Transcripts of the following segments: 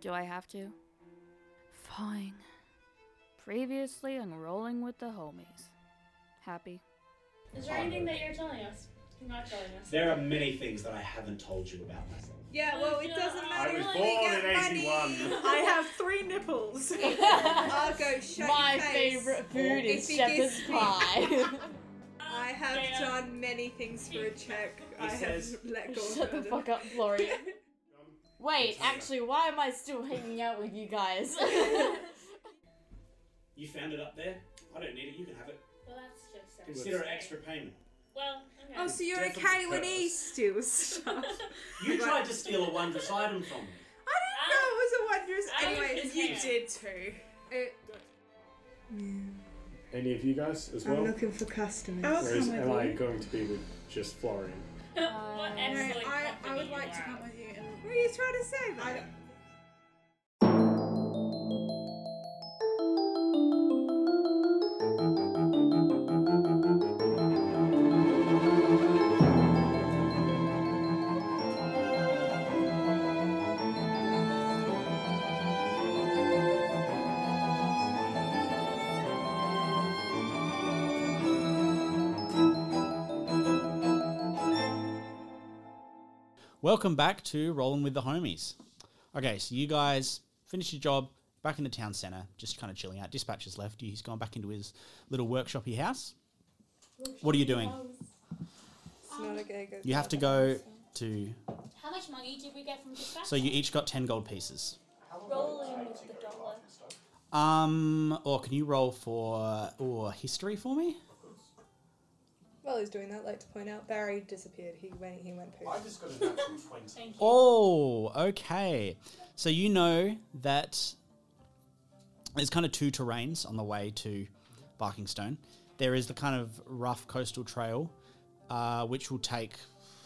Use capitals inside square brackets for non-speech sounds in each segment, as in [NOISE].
Do I have to? Fine. Previously on Rolling with the Homies. Happy. Is there anything that you're telling us? You're not telling us. There are many things that I haven't told you about myself. Yeah, well, it doesn't matter. I was we born get in money. 81. [LAUGHS] I have three nipples. I'll go shut My your face. favourite food is If he gives shepherd's me- pie. [LAUGHS] I have Yeah. done many things for a check. I says- have [LAUGHS] let go of Shut the murder. fuck up, [LAUGHS] Laurie. Wait, actually, why am I still hanging out with you guys? [LAUGHS] You found it up there? I don't need it, you can have it. Well, that's just sad. Consider it extra payment. Well, Oh, okay. so you're Definitely okay when purpose. he steals stuff. You tried to steal a wondrous item from me. I didn't know it was I- a I wondrous. Anyways, was you there. did too. It- Any of you guys as well? for customers. I'll Or is, come am with I you. going to be with just Florian? what Uh, No, excellent I, I company would you like to are. come with you. And what are you trying to say, mate? Welcome back to Rolling with the Homies. Okay, so you guys finished your job back in the town centre, just kind of chilling out. Dispatcher's left. He's gone back into his little workshoppy house. What are you doing? It's not okay. Go You have to go to. How much money did we get from dispatch? So you each got 10 gold pieces. Rolling with the dollar. Um, or can you roll for or history for me? Well, he's doing that. Like to point out, Barry disappeared. He went. He went poo. just got a natural 20. Thank you. Oh, okay. So you know that there's kind of two terrains on the way to Barkingstone. There is the kind of rough coastal trail, uh, which will take,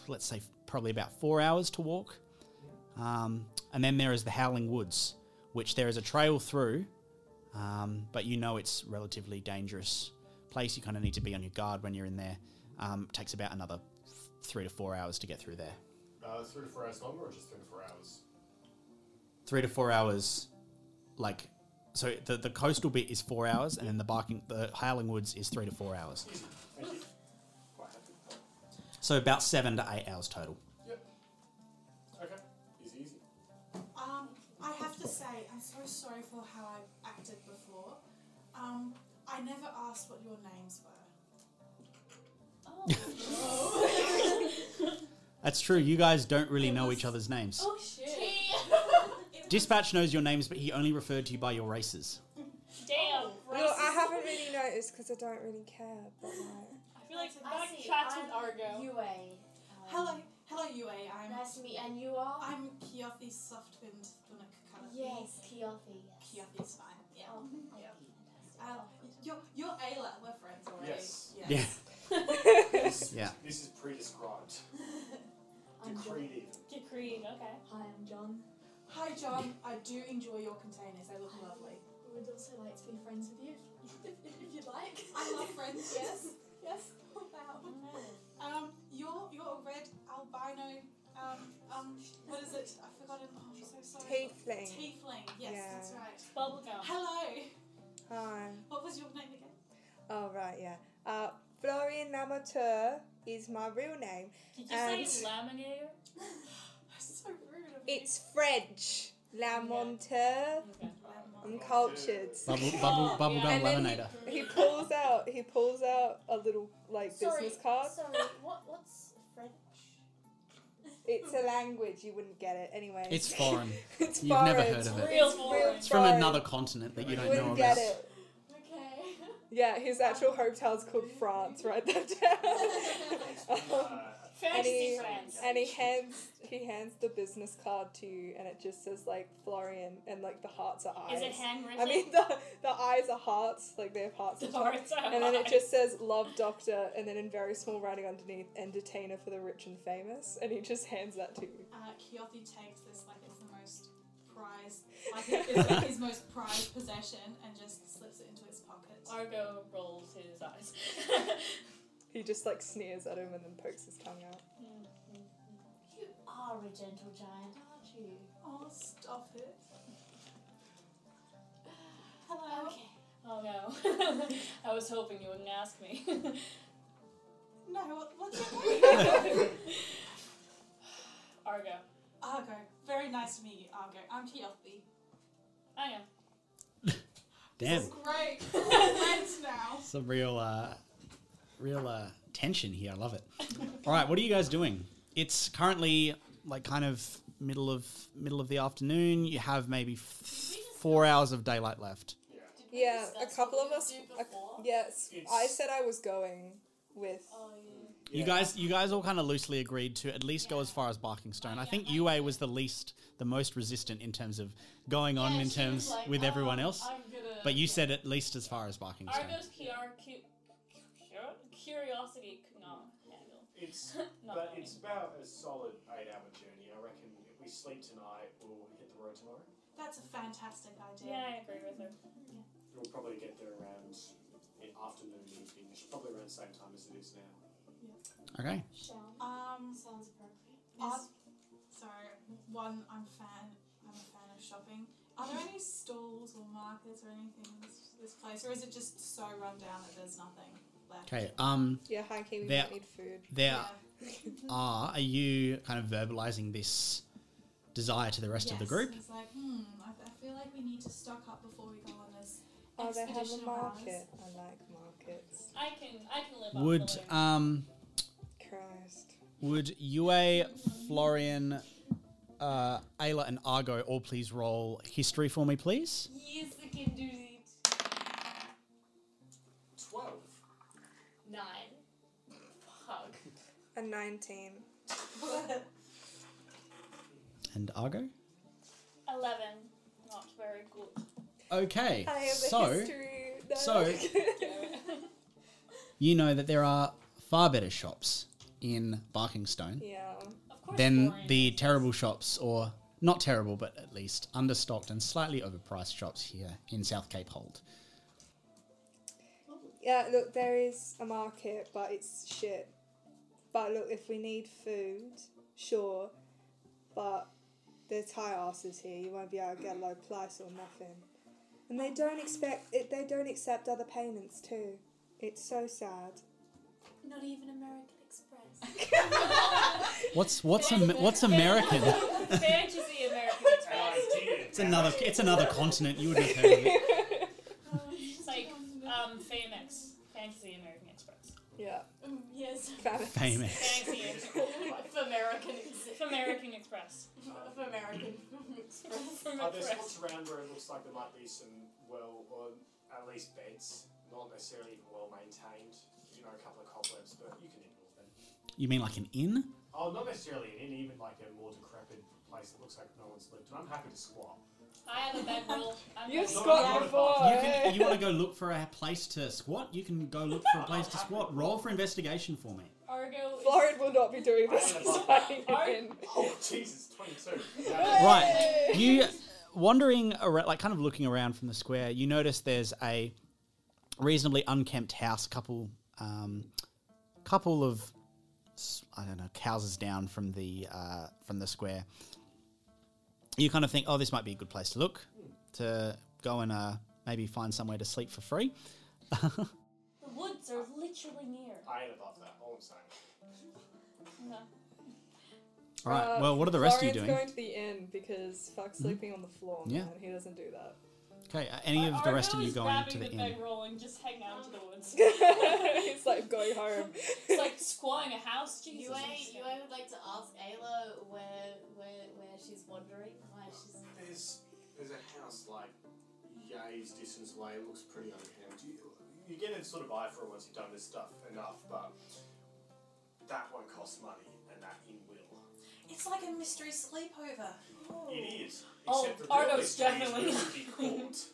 let's say, probably about four hours to walk. Um, and then there is the Howling Woods, which there is a trail through, um, but you know it's relatively dangerous place. You kind of need to be on your guard when you're in there. Um, it takes about another three to four hours to get through there. Uh, three to four hours longer or just three to four hours? three to four hours like so the, the coastal bit is four hours and then the barking the howling woods is three to four hours so about seven to eight hours total Yep. Okay. Easy, easy. [LAUGHS] Um, I have to say, I'm so sorry for how I acted before. Um, I never asked what your names were. that's true you guys don't really know each other's names Oh shit. dispatch knows your names but he only referred to you by your races Damn. Well, I haven't really noticed because I don't really care. But like, I feel like we're I back see. chats with I'm Argo. UA. Hello, hello, UA. I'm Um, Nice to meet you. And you are? I'm Kiyothi Softwind Dunakakala. yes, Kiofi. Yes. Kiothi's fine. Yeah. Oh, thank Yeah. you. [LAUGHS] Fantastic. Uh, you're you're Ayla. We're friends already. Yes. Yes. This, Yeah. This is pre-described. I'm Decreed John. [LAUGHS] even. Decreed, okay. Hi, I'm John. Hi, John. I do enjoy your containers. They look lovely. I would also like to be friends with you, [LAUGHS] if, if you'd like. I love [LAUGHS] friends. Yes. [LAUGHS] Yes. Wow. Um, you're you're a red albino. Um, um, what is it? I've forgotten. Oh, I'm so sorry. tiefling. Tiefling. Yes, Yeah. that's right. Bubblegum. Hello. Hi. What was your name again? [LAUGHS] Oh right, yeah. Uh, Florian Namateur is my real name. Did you And- say laminator? That's so rude. of you. It's French. La Monteur. Okay. I'm cultured. [LAUGHS] bubble bubble bubblegum And then lemonader [LAUGHS] He pulls out. He pulls out a little like Sorry, business card. Sorry, what, what's French? It's a language you wouldn't get it anyway. [LAUGHS] it's foreign it's You've never foreign. heard of it. Real It's foreign. it's from foreign. another continent that you You don't know wouldn't get about it. [LAUGHS] Okay. Yeah, his actual hotel's called France. Write [LAUGHS] that [LAUGHS] down. Um, Uh, Fantasy Any- friends. and he hands he hands the business card to you, and it just says like Florian, and like the hearts are eyes. Is it handwritten? I [LAUGHS] mean, [LAUGHS] the the eyes are hearts, like they have hearts. on top. Sorry, it's And then it just says "Love Doctor," and then in very small writing underneath, "Entertainer for the rich and famous," and he just hands that to you. Uh, Kiyothi takes this like it's the most prized, like it's like his most prized possession, and just slips it into his pocket. Argo rolls his eyes. [LAUGHS] He just like sneers at him and then pokes his tongue out. You are a gentle giant, aren't you? Oh, stop it! Oh no. [LAUGHS] I was hoping you wouldn't ask me. [LAUGHS] No, what, what's your name? Argo. Argo. Very nice to meet you, Argo. I'm Teofi. I am. Damn, [LAUGHS] Great. We're friends now. some real, uh, real uh, tension here. I love it. All right, what are you guys doing? It's currently like kind of middle of middle of the afternoon. You have maybe f- four hours of daylight left. Yeah. Yeah, a couple of us. a- yes, I It's- said I was going with. You guys, you guys all kind of loosely agreed to at least go as far as Barking Stone. I think UA was the least, the most resistant in terms of going on in terms with "Oh, everyone else. But you said at least as far as Barking Stone. Argo's PR cu- cu- curiosity could not handle. [LAUGHS] It's Not but knowing. it's about a solid eight-hour journey. I reckon if we sleep tonight, we'll hit the road tomorrow. That's a fantastic idea. Yeah, I agree with her. We'll probably get there around in afternoon, evening, probably around the same time as it is now. Okay. Shall Um, sounds appropriate. are, sorry, one, I'm fan. I'm a fan of shopping. Are there any stalls or markets or anything in this, this place, or is it just so run down that there's nothing left? Okay. Um, Yeah, hi, Kiwi, we There- might need food. there Yeah. are. Are you kind of verbalizing this desire to the rest of the Yes. group? It's like, hmm, I, I feel like we need to stock up before we go on this Oh, they have expedition a of ours. market. I like markets. I can I can live Would off the land. um Christ. would UA, Florian, uh, Ayla, and Argo all please roll history for me, please? Yes, I can do it. Twelve. Nine. Fuck. A 19. And Argo. Eleven. Not very good. Okay. I have so. a history. No. so- you know that there are far better shops in Barkingstone [LAUGHS] yeah. Of course. than Florian the is. terrible shops, or not terrible, but at least understocked and slightly overpriced shops here in South Cape Hold. Yeah, look, there is a market, but it's shit. But look, if we need food, sure. But they're tie asses here. You won't be able to get a low price or nothing. And they don't expect it. They don't accept other payments too. It's so sad. [LAUGHS] Not even American [LAUGHS] Express. What's what's Am- [LAUGHS] what's American? [LAUGHS] fantasy [LAUGHS] American Express. idea. It's another it's another continent. You wouldn't have heard of [LAUGHS] it. Oh, It's like [LAUGHS] um Famex. Fantasy American Express. Yeah. Um, yes. Famous. Fantasy Express. [LAUGHS] if American Express. American Express. [LAUGHS] Um, If American Express. From Are there Express. spots around where it looks like there might be some well, or at least beds, not necessarily even well maintained? You know, a couple of cobwebs, but you can ignore them. You mean like an inn? Oh, not necessarily an inn, even like a more decrepit place that looks like no one's lived. And I'm happy to squat. I have a bed roll. I'm You've not- squat You, before. [LAUGHS] can, you want to go look for a place to squat? You can go look for a place to squat. Roll for investigation for me. Argo. is- Florid will not be doing [LAUGHS] this. [LAUGHS] I'm He's not- hiding I'm- in. [LAUGHS] Oh, Jesus, 22. Right. You wandering around, like kind of looking around from the square, you notice there's a reasonably unkempt house, couple, um, couple of s- I don't know houses down from the uh, from the square. You kind of think, oh, this might be a good place to look to go and uh, maybe find somewhere to sleep for free. The woods are literally near. [LAUGHS] I ain't above that, all I'm saying. All right. Uh, well, what are the rest of you doing? Mm-hmm. going to the inn because fuck sleeping on the floor, Yeah. man. He doesn't do that. okay. Are any of the Argo rest of you is going grabbing to the the inn? bed roll and just hang out to the woods. [LAUGHS] it's like going home. It's like squatting a house. Jesus. You I, you I would like to ask Ayla where where where she's wandering, why she's There's, there's a house like yay's distance away, it looks pretty unkempt. You, you get a sort of eye for it once you've done this stuff enough, but that won't cost money, and that in will. It's like a mystery sleepover. It is. Oh, Except the real Argo's estate is definitely where not it would be caught. [LAUGHS]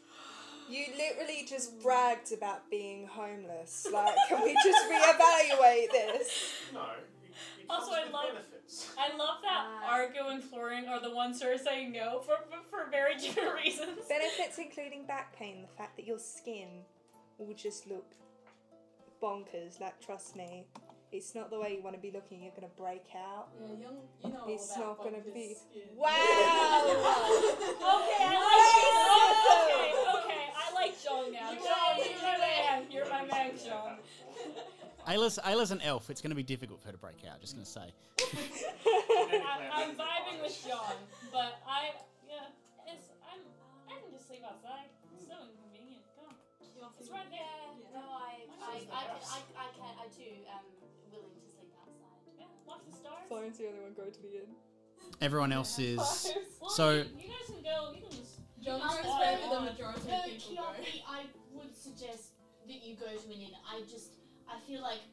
You literally just bragged about being homeless. Like, can we just reevaluate [LAUGHS] this? No. it- it Also, comes I with love- benefits. I love that Argo and Florian are the ones who are saying no for, for, for very different [LAUGHS] reasons. Benefits including back pain, the fact that your skin will just look bonkers. Like, trust me, it's not the way you want to be looking. You're gonna break out. Yeah, young, you know It's all not about gonna bonkers be- skin. Wow! Okay, I like. Okay, okay, I like John now. John [LAUGHS] Ayla's, Ayla's an elf. It's going to be difficult for her to break out. Just going to say. I, I'm vibing with John, but I yeah, it's, I'm I can just sleep outside. It's so inconvenient. Come on. It's right there. Yeah, no, I, Why not? I, I, can, I, I can, I too am willing to sleep outside. Yeah, watch the stars. Florian's the only one going to the inn. Everyone else [LAUGHS] is. Well, you, So- you guys can go. You can just. John's John's where where the the majority No, of people go. Kiyomi, I would suggest that you go to an inn. I just, I feel like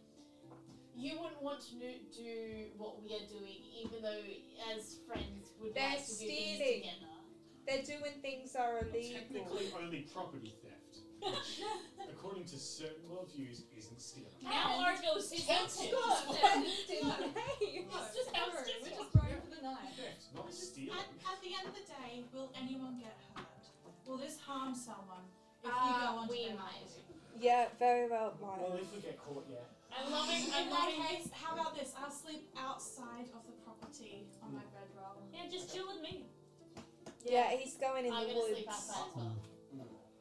you wouldn't want to do- do what we are doing, even though as friends would They're like to do things stealing. together. They're doing things that are illegal. Technically, only property theft, which, according to certain worldviews, isn't stealing. Now And- Argo's It's tempted. not [LAUGHS] It's just it's Don't worry, just- we're just running for the night. Theft, not stealing. At, at the end of the day, will anyone get hurt? Will this harm someone if Uh, we go on we to might. [LAUGHS] Yeah, very well, Maya. Well, if we get caught, yeah. I'm loving. I'm In that loving. case, how about this? I'll sleep outside of the property on my bedroll. Yeah, just chill with me. yeah, he's going in I'm the gonna woods. sleep outside as well.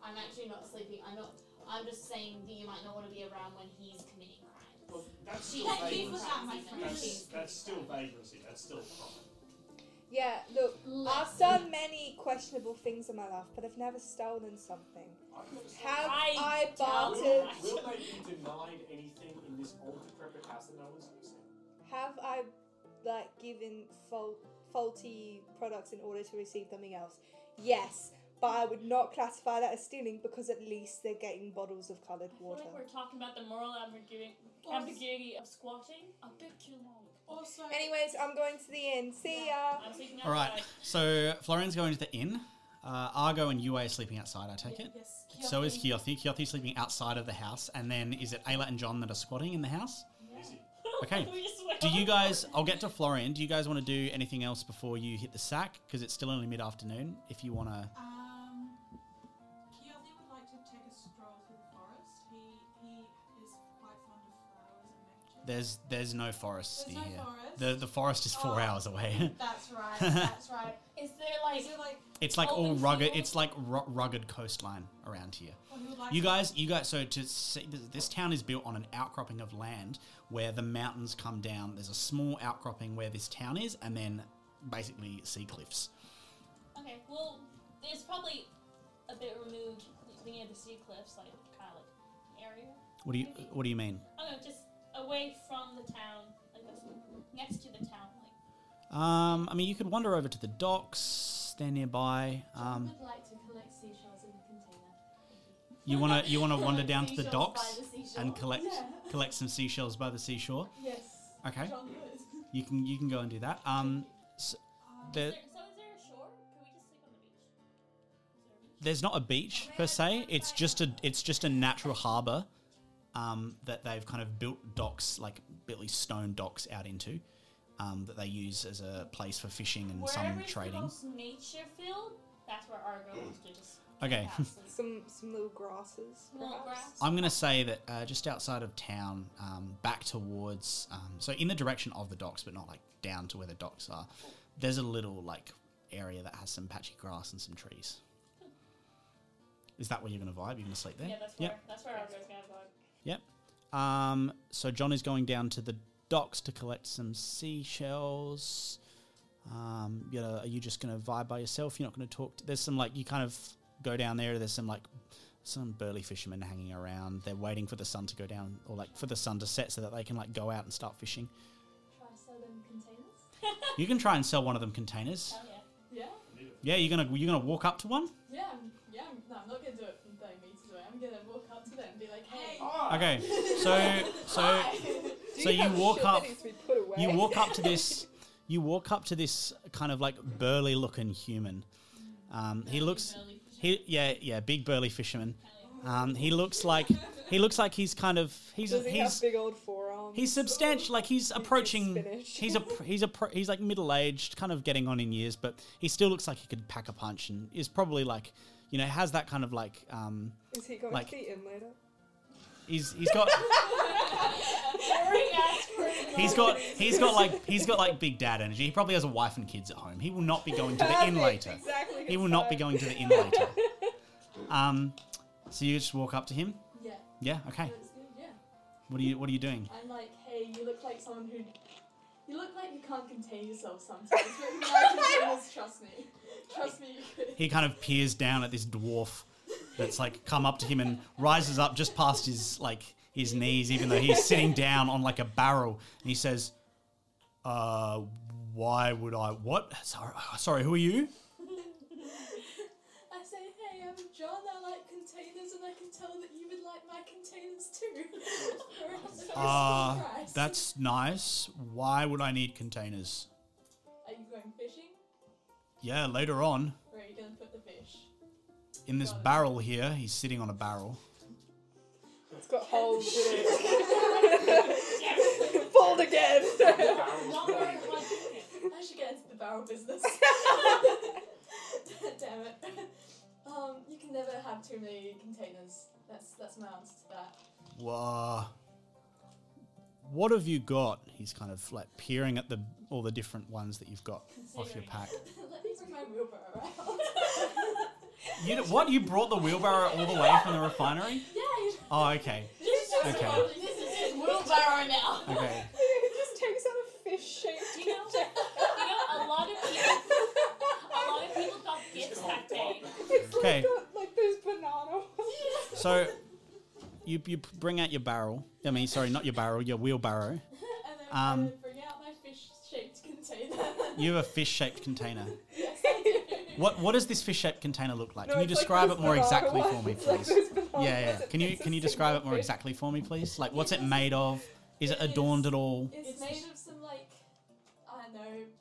I'm actually not sleeping. I'm not. I'm just saying that you might not want to be around when he's committing crimes. Well, that's She still Thank you for vagrancy. that, my That's- friend. That's, that's still vagrancy. That's still crime. Yeah, look, I've Let's- done many questionable things in my life, but I've never stolen something. I've never seen- Have I I, doubt bartered? it. Will they be denied anything in this old decrepit house that no one's using? Have I, like, given fal- faulty products in order to receive something else? Yes, but I would not classify that as stealing because at least they're getting bottles of coloured I feel water. like we're talking about the moral ambiguity, Or- ambiguity of squatting a bit too long. Also, Anyways, I'm going to the inn. See ya. I'm sleeping All right. outside. So Florian's going to the inn. Uh, Argo and Yue are sleeping outside. I take it. yes, So is Kiyoshi. Kyothi. Kyothi's sleeping outside of the house, and then is it Ayla and John that are squatting in the house? Easy. Okay. [LAUGHS] We just went Do you on. guys? I'll get to Florian. Do you guys want to do anything else before you hit the sack? Because it's still only mid-afternoon. If you want to, Um, Keothi would like to take a stroll through the forest. He he is quite fond of flowers and nature. there's there's no forest There's near no here. forest. The the forest is four Oh. hours away. [LAUGHS] that's right. That's right. Is there like Is it like it's like all Open rugged. field. It's like ru- rugged coastline around here. well, he would like You to- guys, you guys. So to see, this, this town is built on an outcropping of land where the mountains come down. There's a small outcropping where this town is, and then basically sea cliffs. okay? Well, it's probably a bit removed near the sea cliffs, like kind of like area. What do you What do you mean? I don't know, just away from the town, like that's next to the town, like Um, I mean, you could wander over to the docks. They're nearby. I Um, would like to collect seashells in a container. Thank you. you wanna you wanna wander down to the Seashells by docks the seashore. and collect Yeah. collect some seashells by the seashore. Yes. Okay, John would. you can you can go and do that. Um, Um, the, is there, so is there a shore? Can we just sleep on the beach? Is there a beach? there's not a beach per se. It's just a it's just a natural harbour um, that they've kind of built docks like really stone docks out into um, that they use as a place for fishing and Wherever some it's the trading. most nature filled, that's where Argo wants to just Okay. have sleep. Some some little grasses, Little perhaps. grass. [LAUGHS] I'm gonna say that uh, just outside of town, um, back towards um, so in the direction of the docks, but not like down to where the docks are. There's a little like area that has some patchy grass and some trees. Is that where you're gonna vibe? You're gonna sleep there? Yeah, that's where Yep. that's where Argo's gonna go. Um, so John is going down to the docks to collect some seashells. Um, you know, are you just going to vibe by yourself? You're not going to talk. To, there's some like you kind of go down there. There's some like some burly fishermen hanging around. They're waiting for the sun to go down or like for the sun to set so that they can like go out and start fishing. Try sell them containers. [LAUGHS] Oh, You can try and sell one of them containers. Hell yeah. yeah. Yeah, you're gonna you're gonna walk up to one. Yeah, I'm, yeah, I'm, no, I'm not gonna do it from 30 meters away. I'm gonna walk up to them and be like, hey, Ah! Okay, so [LAUGHS] so Do so you have walk shit up. That needs to be put away. you walk up to [LAUGHS] this you walk up to this kind of like burly looking human um, he looks he yeah yeah big burly fisherman um, he looks like he looks like he's kind of he's Does he have he's big old forearms? he's substantial like he's approaching spinach. he's a he's a he's like middle-aged kind of getting on in years but he still looks like he could pack a punch and is probably like you know has that kind of like um, Is he going like- to the inn later? he's he's got He's got he's got like he's got like big dad energy. He probably has a wife and kids at home. He will not be going to the inn Perfect, later. Exactly. He will not be his going to the inn later. Um, so you just walk up to him. Yeah. Yeah. Okay. Looks good, yeah. What are you What are you doing? I'm like, hey, you look like someone who. You look like you can't contain yourself sometimes, but you can [LAUGHS] containers, trust me. Trust me, you could. He kind of peers down at this dwarf that's like come up to him and rises up just past his like his knees, even though he's sitting down on like a barrel, and he says, "Uh, why would I? What? Sorry, sorry. Who are you? I say, hey, I'm John, I like containers, and I can tell that you would like my containers too. We're at the Uh, same price. that's nice. Why would I need containers? Are you going fishing? Yeah, later on Where are you going to put the fish? in this barrel here, he's sitting on a barrel. It's got holes in [LAUGHS] it. Fold again. Not where I want it. I should get into the barrel business. [LAUGHS] Damn it. Um, you can never have too many containers. That's that's my answer to that. [LAUGHS] Wha What have you got? He's kind of like peering at the all the different ones that you've got off your pack. Let me bring my wheelbarrow out. You d- what? You brought the wheelbarrow all the way from the refinery? yeah, you Oh, okay. [LAUGHS] This just Okay. wrong. This is his wheelbarrow now. [LAUGHS] Okay. It just takes out a fish shaped You know, you know, a lot of people, a lot of people got gifts that day. It's like, Okay. got, like those banana ones. So you you bring out your barrel. I mean, sorry, not your barrel, your wheelbarrow. [LAUGHS] And then Um, I [LAUGHS] bring out my fish-shaped container. You have a fish-shaped [LAUGHS] container. yes, I do. What what does this fish-shaped container look like? No, Can you it's like describe those it more banana exactly for ones. me, It's like those please? banana Yeah, yeah. ones. Can you It's a can you describe it single more fish. exactly for me, please? Like, what's it made of? Is it It is- adorned at all? It's, made of some like I don't know.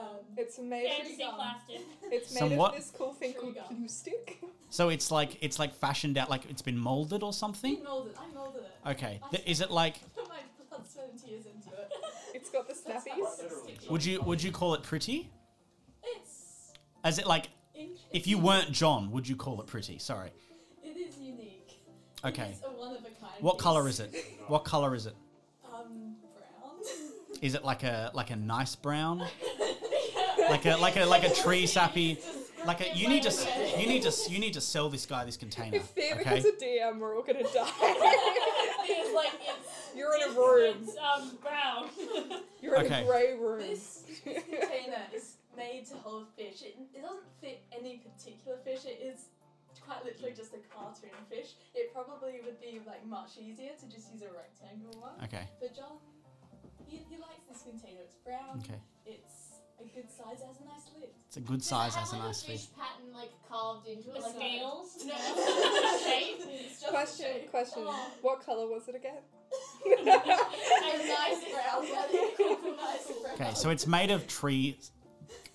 Um, It's made. Fantasy plastic. It's made Some of what? this cool thing Tree called gum. glue stick. So it's like it's like fashioned out, like it's been molded or I something. molded. I molded it. Okay. Th- Is it like? Put [LAUGHS] my blood, sweat, and tears into it. It's got the That's how snappies. sticky. Would you would you call it pretty? It's As it like? interesting. If you weren't John, would you call it pretty? Sorry. It is unique. Okay. It's a one of a kind. What color is it? What color is it? Um, brown. [LAUGHS] Is it like a like a nice [LAUGHS] brown? Like a like a like a tree sappy? Like a you need to s- you need to s- you need to sell this guy this container. If Thea Okay. becomes a DM, we're all gonna die. [LAUGHS] It's like it's, You're in a it's- room. It's um [LAUGHS] brown. You're in Okay. a grey room. This container is made to hold fish. It, it doesn't fit any particular fish. It is quite literally just a cartoon fish. It probably would be like much easier to just use a rectangle one. Okay. But John, he, he likes this container. It's brown. Okay. It's a good size. It has a nice lid. It's a good Does size. it Has have a like nice a fit. fish pattern like carved into it? The Like a- [LAUGHS] scales. [LAUGHS] No. shape. It's just a question, shape. question. Oh. What color was it again? A nice brown. that [LAUGHS] is a nice brown. Okay. So it's made of tree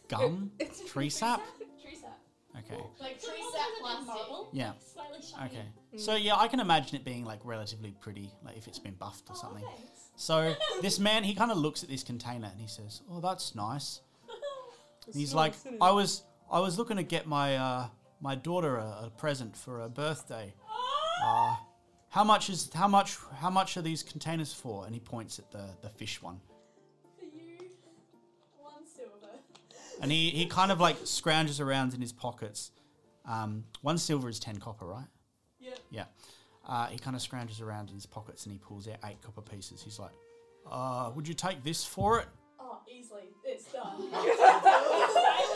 gum, [LAUGHS] It's tree sap. Tree sap. Okay. Like So tree what sap was it, like plastic. marble? Yeah. Slightly shiny. Okay. Mm. So yeah, I can imagine it being like relatively pretty, like if it's been buffed or something. Oh, thanks. So this man, he kind of looks at this container and he says, "Oh, that's nice." And he's It's like, nice, isn't it? "I was, I was looking to get my uh, my daughter a, a present for her [GASPS] birthday. Uh, how much is how much how much are these containers for?" And he points at the the fish one, For you, one silver. and he he kind of like scrounges around in his pockets. Um, one silver is ten copper, right? Yep. Yeah. Uh, he kind of scrounges around in his pockets and he pulls out eight copper pieces. He's like, uh, "Would you take this for it?" Oh, easily. It's [LAUGHS] done.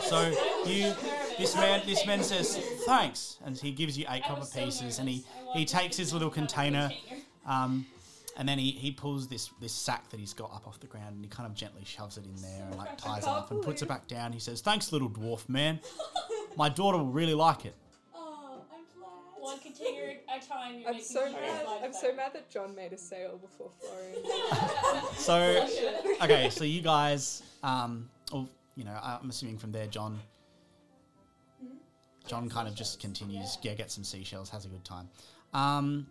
So [LAUGHS] you, this man, this man says thanks, and he gives you eight I copper was so pieces, and he nervous. I walked he into takes his this little copper container, um, and then he, he pulls this this sack that he's got up off the ground, and he kind of gently shoves it in there, and like ties it up, and puts it back down. He says, "Thanks, little dwarf man. My daughter will really like it." Oh, I'm glad. One container at a time. You're I'm making so people mad. laugh. I'm so mad that John made a sale before Florian. So okay, so you guys, um, or you know, I'm assuming from there, John. John kind of just continues. Yeah. get some seashells. Has a good time. Um,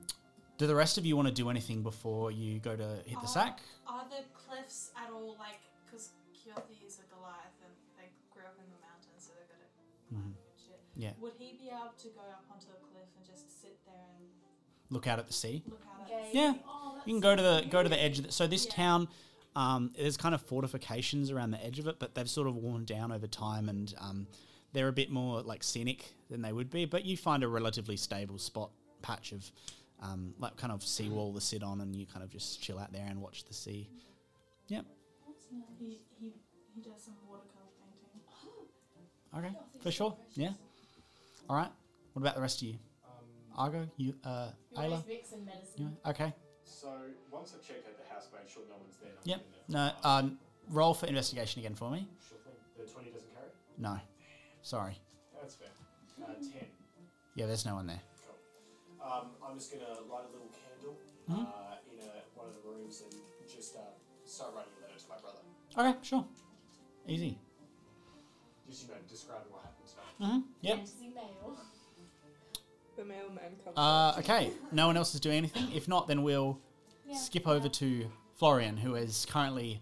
do the rest of you want to do anything before you go to hit the Uh, sack? Are the cliffs at all like because Kyothi is a Goliath and they grew up in the mountains, so they're good at climbing and shit. Mm-hmm. Yeah. Would he be able to go up onto a cliff and just sit there and Look out at the sea. look out at? Okay. Yeah. Oh, that's You can go to the go to the edge. Of the, so this Yeah. town, um, there's kind of fortifications around the edge of it, but they've sort of worn down over time, and um, they're a bit more like scenic than they would be. But you find a relatively stable spot patch of um, like kind of seawall to sit on, and you kind of just chill out there and watch the sea. He, he, he does some watercolor painting. Okay, for sure. Yeah. All right. What about the rest of you? Argo, you, uh, You Ayla. always mix in medicine. You, okay. So once I check out the house, make sure no one's there. No Yep. one's in No. Um, roll for investigation again for me. there. Sure thing. The twenty doesn't carry. No. Sorry. That's fair. Uh, [LAUGHS] Ten. Yeah, there's no one there. Um, I'm just gonna light a little candle Mhm. uh, in a, one of the rooms and just uh, start writing a letter to my brother. Okay, sure. Easy. Just you know, describing what happened. Mm-hmm. Yep. Fantasy mail. The mailman comes. Uh, okay, no one else is doing anything. If not, then we'll Yeah. skip over to Florian, who is currently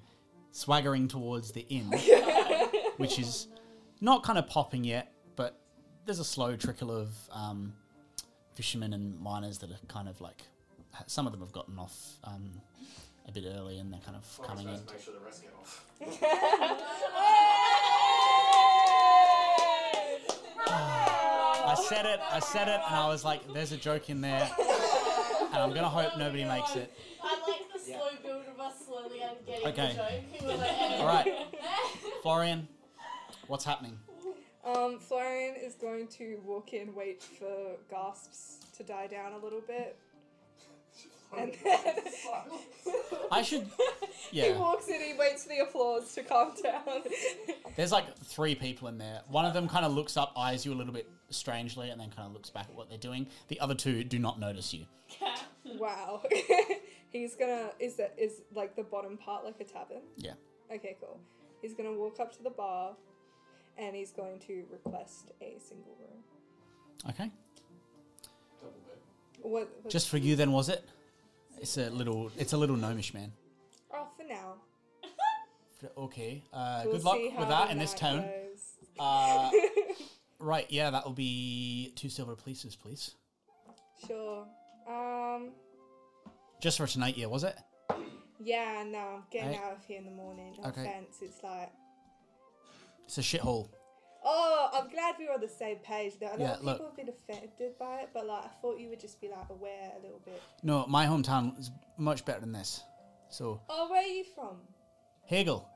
swaggering towards the inn, which is not kind of popping yet, but there's a slow trickle of um, fishermen and miners that are kind of like ha- some of them have gotten off um, a bit early and they're kind of Well, I'm coming in. supposed to make sure the rest get off. I said it, I said it, and I was like, "There's a joke in there," and I'm gonna hope nobody makes it. I like the Yeah. slow build of us slowly un- getting Okay. the joke. We're All like, right, Florian, what's happening? Um, Florian is going to walk in, wait for gasps to die down a little bit, [LAUGHS] and then [LAUGHS] I should. he Yeah. walks in. He waits for the applause to calm down. There's like three people in there. One of them kind of looks up, eyes you a little bit strangely, and then kind of looks back at what they're doing. The other two do not notice you. wow. [LAUGHS] He's gonna is that is like the bottom part like a tavern? Yeah. Okay, cool. He's gonna walk up to the bar, and he's going to request a single room. Okay. Double bit. What? what- Just for you, then, was it? It's a little. It's a little gnomish man. Oh, for now. Okay. Uh, We'll good luck see how with that the in this night town. goes. Uh, right. Yeah, that will be two silver pieces, please. [LAUGHS] Sure. Um. Just for tonight, yeah, was it? Yeah. No, I'm getting Right. out of here in the morning. No Okay. offense. It's like. It's a shithole. Oh, I'm glad we were on the same page. Though. A lot Yeah, of people look. have been offended by it, but like I thought you would just be like aware a little bit. No, my hometown is much better than this. So, Oh, where are you from? Hegel,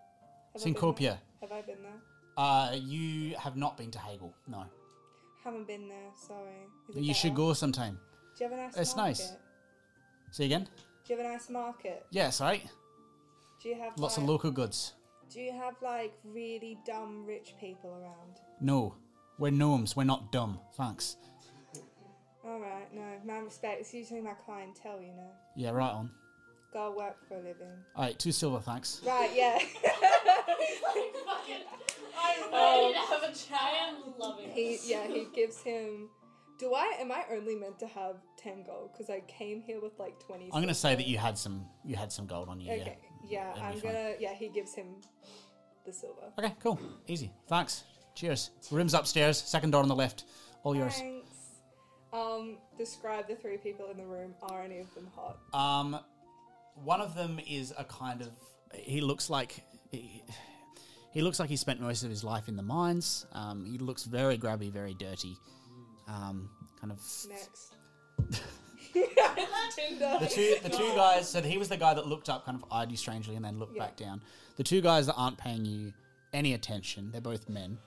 Have I been there? Syncopia. Have I been there? Uh, you have not been to Hegel, no. Haven't been there. Sorry. Is it You should better? go sometime. Do you have a nice It's market? nice. Say again? Do you have a nice market? Yes, all right. Do you have Lots like, of local goods. Do you have like really dumb rich people around? No, we're gnomes. We're not dumb. Thanks. All right, no, man, respect. It's usually my clientele, you know. Yeah, right on. Gotta work for a living. All right, two silver, thanks. Right, yeah. [LAUGHS] fucking, I'm ready to have a [LAUGHS] I chat. am loving he, it. yeah, he gives him. Do I? Am I only meant to have ten gold? Because I came here with like twenty. I'm gonna say silver. that you had some. You had some gold on you. Okay. Yeah, That'd be I'm fine. gonna. Yeah, he gives him the silver. Yeah. Okay, cool, easy. Thanks. Cheers. Rooms upstairs. Second door on the left. All yours. Thanks. Um, describe the three people in the room. Are any of them hot? Um, one of them is a kind of. He looks like. He, he looks like he spent most of his life in the mines. Um, he looks very grubby, very dirty. Um, kind of. [LAUGHS] Next. The two, the two guys said he was the guy that looked up, kind of eyed you strangely, and then looked Yeah. back down. The two guys that aren't paying you any attention. They're both men.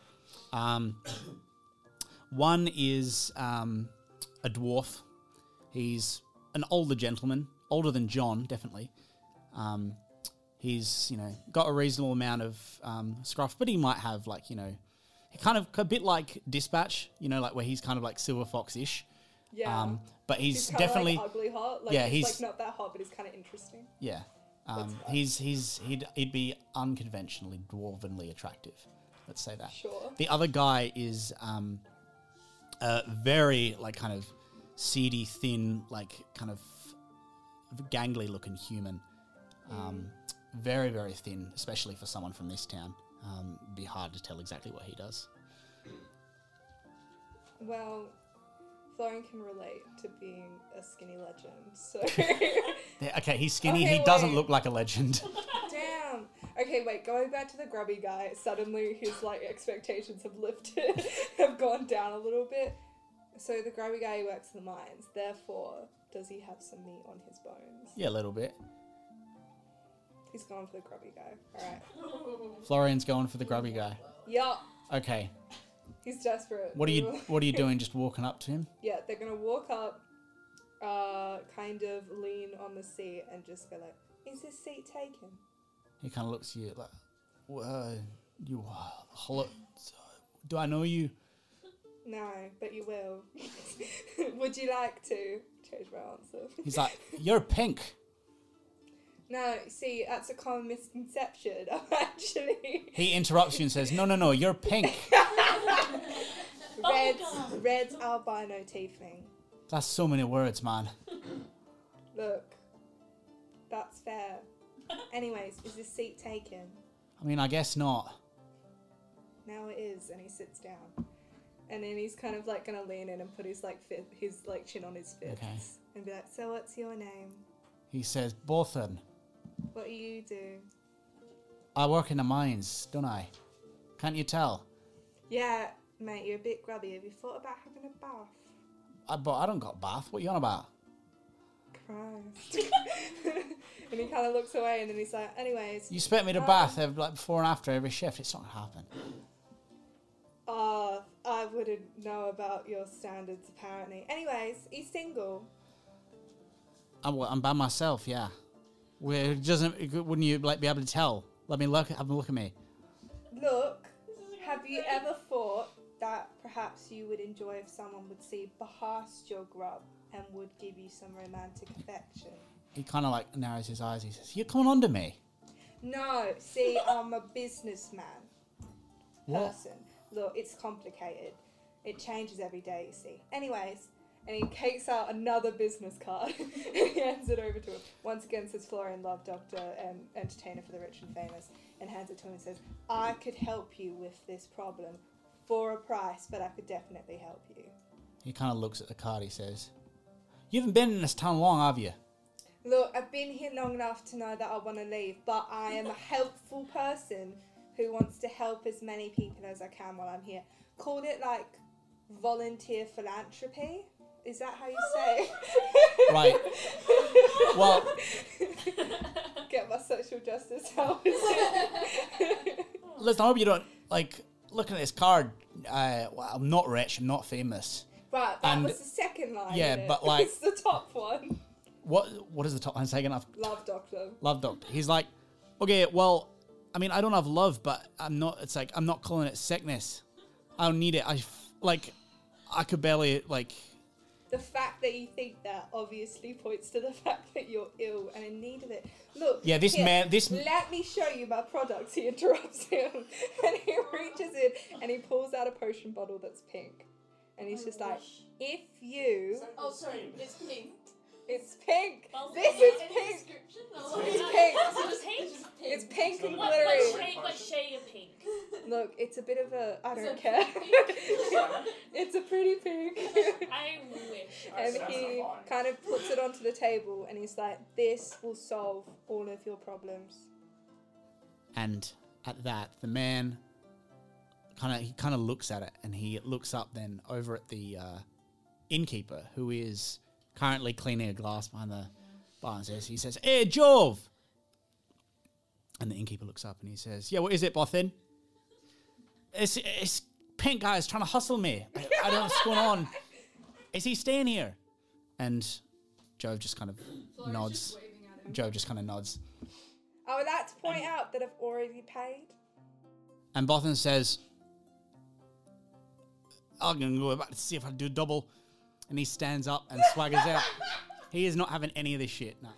Um, one is um, a dwarf. He's an older gentleman, older than John, definitely. Um, he's you know got a reasonable amount of um, scruff, but he might have like you know, he kind of a bit like Dispatch, you know, like where he's kind of like silver fox ish. Yeah. Um, but he's, kinda, definitely like, oh, ugly hot. Like, Yeah, he's, he's- like not that hot, but he's kind of interesting. yeah. Um, he's he's he'd he'd be unconventionally dwarvenly attractive. Let's say that. Sure. The other guy is um, a very like kind of seedy, thin, like kind of gangly looking human. Um, very very thin, especially for someone from this town. Um, it'd be hard to tell exactly what he does. Well, Florian can relate to being a skinny legend. [LAUGHS] So Yeah, Okay, he's skinny. Okay, he doesn't wait. look like a legend. [LAUGHS] damn. Okay, wait. Going back to the grubby [LAUGHS] guy, suddenly his like expectations have lifted, have gone down a little bit. So the grubby guy works in the mines. Therefore, does he have some meat on his bones? Yeah, a little bit. He's gone for the grubby guy. All right. Florian's going for the grubby guy. yeah, Okay. he's desperate. What are you What are you doing? Just walking up to him? [LAUGHS] yeah, they're gonna walk up, uh, kind of lean on the seat and just go like, "Is this seat taken?" He kind of looks at you like, "Whoa, you are holo- Do I know you?" No, but you will. [LAUGHS] Would you like to change my answer? [LAUGHS] He's like, "You're pink." No, see, that's a common misconception. [LAUGHS] I'm actually He interrupts you and says, "No, no, no, you're pink." red, red albino tiefling. That's so many words, man. Look, that's fair. Anyways, is this seat taken? I mean, I guess not. Now it is, and he sits down, and then he's kind of like gonna lean in and put his like fi- his like chin on his fists Okay. and be like, "So what's your name? He says, "Bothan, What do you do?" I work in the mines, don't I? Can't you tell?" Yeah, mate, you're a bit grubby. Have you thought about having a bath? I, but I don't got bath. What are you on about? Christ. [LAUGHS] and he kind of looks away, and then he's like, "Anyways." You expect me to um, bath every, like before and after every shift? It's not gonna happen. Oh, I wouldn't know about your standards apparently. Anyways, he's single. I'm, well, I'm by myself. Yeah. Well, it doesn't it- wouldn't you like be able to tell? Let me look. Have a look at me. Look, have you ever thought that perhaps you would enjoy if someone would see past your grub and would give you some romantic affection? He kind of like narrows his eyes. He says, "You're coming under me." No, see, I'm a businessman What? person. Look, it's complicated. It changes every day, you see. Anyways, and he takes out another business card [LAUGHS] and he hands it over to him. Once again, says Florian Love Doctor and Entertainer for the Rich and Famous, and hands it to him and says, I could help you with this problem for a price, but I could definitely help you. He kind of looks at the card. He says, "You haven't been in this town long, have you?" Look, I've been here long enough to know that I want to leave, but I am a helpful person who wants to help as many people as I can while I'm here. Call it like volunteer philanthropy. Is that how you say it? Right. [LAUGHS] Well, Get my social justice hours. listen. I hope you don't like looking at this card. Uh, well, I'm not rich. I'm not famous. right, that And- was the second line. yeah, innit? but, [LAUGHS] like- It's the top one. What? What is the top? I'm saying I've Love Doctor. love doctor. He's like, okay, well, I mean, I don't have love, but I'm not. It's like I'm not calling it sickness. I don't need it. I f- like, I could barely like. The fact that you think that obviously points to the [LAUGHS] fact that you're ill and in need of it. Look. Yeah, this here, man- this- Let me show you my products. He interrupts him, [LAUGHS] and he reaches in and he pulls out a potion bottle that's pink, and he's just like, "If you, Oh, sorry, it's pink. it's pink. Balls- This yeah, is any pink. description It's or- Is pink. it just pink? [LAUGHS] It's just pink. It's pink and What, what, glittery. shade, what shade of pink? Look, it's a bit of a. I Is don't it care. pink? [LAUGHS] it's a pretty [LAUGHS] pink. I wish. [LAUGHS] And he kind of puts it onto the table and he's like, This will solve all of your problems. And at that, the man kind of he kind of looks at it, and he looks up then over at the uh, innkeeper who is currently cleaning a glass behind the bar, and says, he says, "Hey, Jove." And the innkeeper looks up and he says, "Yeah, what is it, Bothin?" It's it's pink guy is trying to hustle me. I, I don't know what's going on. Is he staying here? And Jove just kind of nods. Jove just kind of nods. I would like to point out that I've already paid. And Bothan says, I'm going to go back to see if I do double. And he stands up and swaggers out. He is not having any of this shit. No.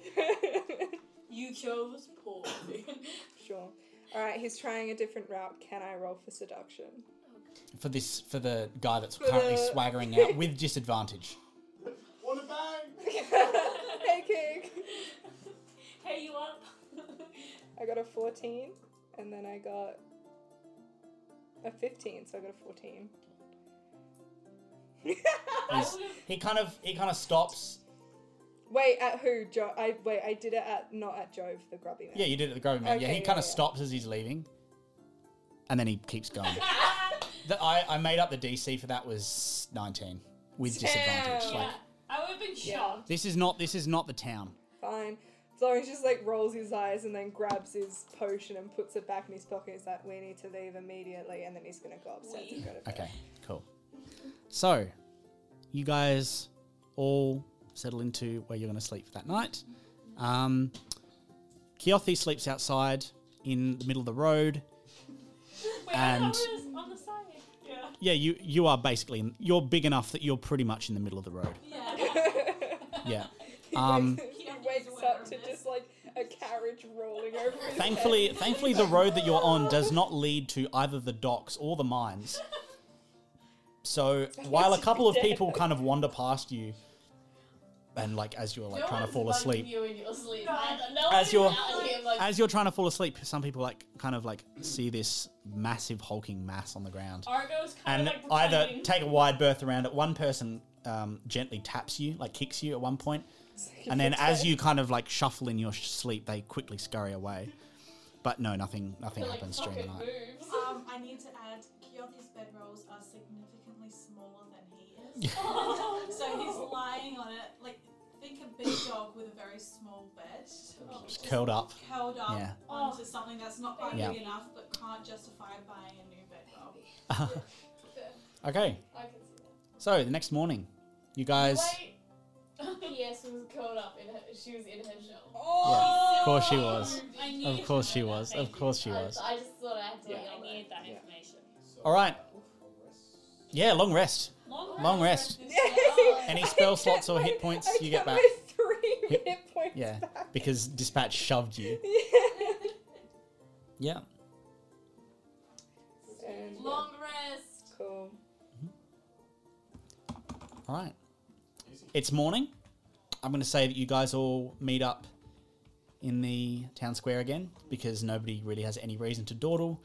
You chose poor. Sure. Alright, he's trying a different route. Can I roll for seduction? [LAUGHS] For this, for the guy that's For currently the- swaggering out with disadvantage. What a bang! hey, King. Hey, you up? I got a 14 and then I got a 15, so I got a 14. He's- he kind of, he kind of stops. Wait, at who? Jo- I Wait, I did it at not at Jove, the grubby man. Yeah, you did it at the Grove Man. yeah, Okay, he yeah, kind yeah. of stops as he's leaving, and then he keeps going. the, I, I made up the DC for that was 19, with disadvantage. Yeah. Like I would have been shocked. this is not this is not the town. Fine. Florian just like rolls his eyes and then grabs his potion and puts it back in his pocket. He's like, "We need to leave immediately," and then he's gonna go upstairs and go to bed. [LAUGHS] Okay, cool. So, you guys all settle into where you're going to sleep for that night. Um, Keothi sleeps outside in the middle of the road. Wait, I And- thought we was on the side. Yeah. Yeah, you you are basically in, you're big enough that you're pretty much in the middle of the road. [LAUGHS] Yeah. Um, he wakes up to just like a carriage rolling over his thankfully, head. thankfully the road that you're on does not lead to either the docks or the mines. So while a couple of people kind of wander past you, and like as you're like no trying to one's fall bugging asleep, You in your sleep. I- no one's as you're out here, like, as you're trying to fall asleep, some people like kind of like see this massive hulking mass on the ground, Argo's kind and of like [LAUGHS] either pretending. take a wide berth around it. One person um, gently taps you, like kicks you at one point, and [LAUGHS] then as you kind of like shuffle in your sh- sleep, they quickly scurry away. But no, nothing nothing They're like, happens "Fuck during the it, night. moves. Um, I need to add Keothi's bedrolls are significantly smaller than he is. Oh, so he's no. lying on it like think a big dog with a very small bed. Just curled up. [LAUGHS] Curled up Yeah. onto something that's not quite Yeah. big enough but can't justify buying a new bedroll. okay, I can see that. so the next morning, you guys. Wait. [LAUGHS] yes, was curled up in her. She was in her shell. Oh! Yeah, of course she was. I need Of to course know she that. was. Thank Of course she I, was. I just thought I had to. you. let I [LAUGHS] y'all need know. that information. [LAUGHS] All right. Yeah, long rest. Long, Long rest. oh, Any spell slots or hit points I you get got back. my three Hit- hit points. Yeah, back. because dispatch shoved you. Yeah. And, yeah, Long rest. cool. All right. It's morning. I'm going to say that you guys all meet up in the town square again because nobody really has any reason to dawdle.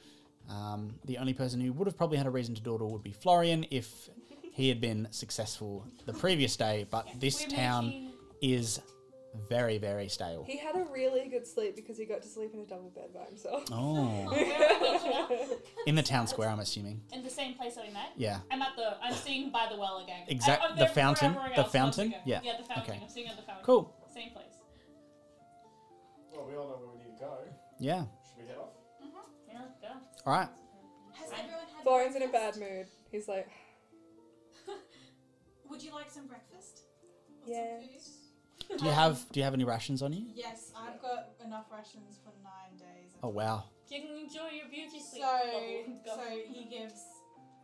Um, the only person who would have probably had a reason to dawdle would be Florian if he had been successful the previous day, but this We're town making- [LAUGHS] is very, very stale. He had a really good sleep because he got to sleep in a double bed by himself. [LAUGHS] Oh. In the town square, I'm assuming. [LAUGHS] in the same place that we met. Yeah. I'm at the. I'm seeing by the well again. Exact- I, I'm the there fountain, forever the else once fountain, ago. yeah, Yeah. The fountain. okay. I'm seeing at the fountain. Cool. Same place. Well, we all know where we need to go. Yeah. Should we head off? Yeah. Let's go. All right. Has everyone had Florian's in a breakfast? bad mood. He's like, Would you like some breakfast? Or some Yes. Do you have Do you have any rations on you? food? Yes, I've got enough rations for nine days. Oh wow. You can enjoy your beauty So, sleep. bubble. Go. so he gives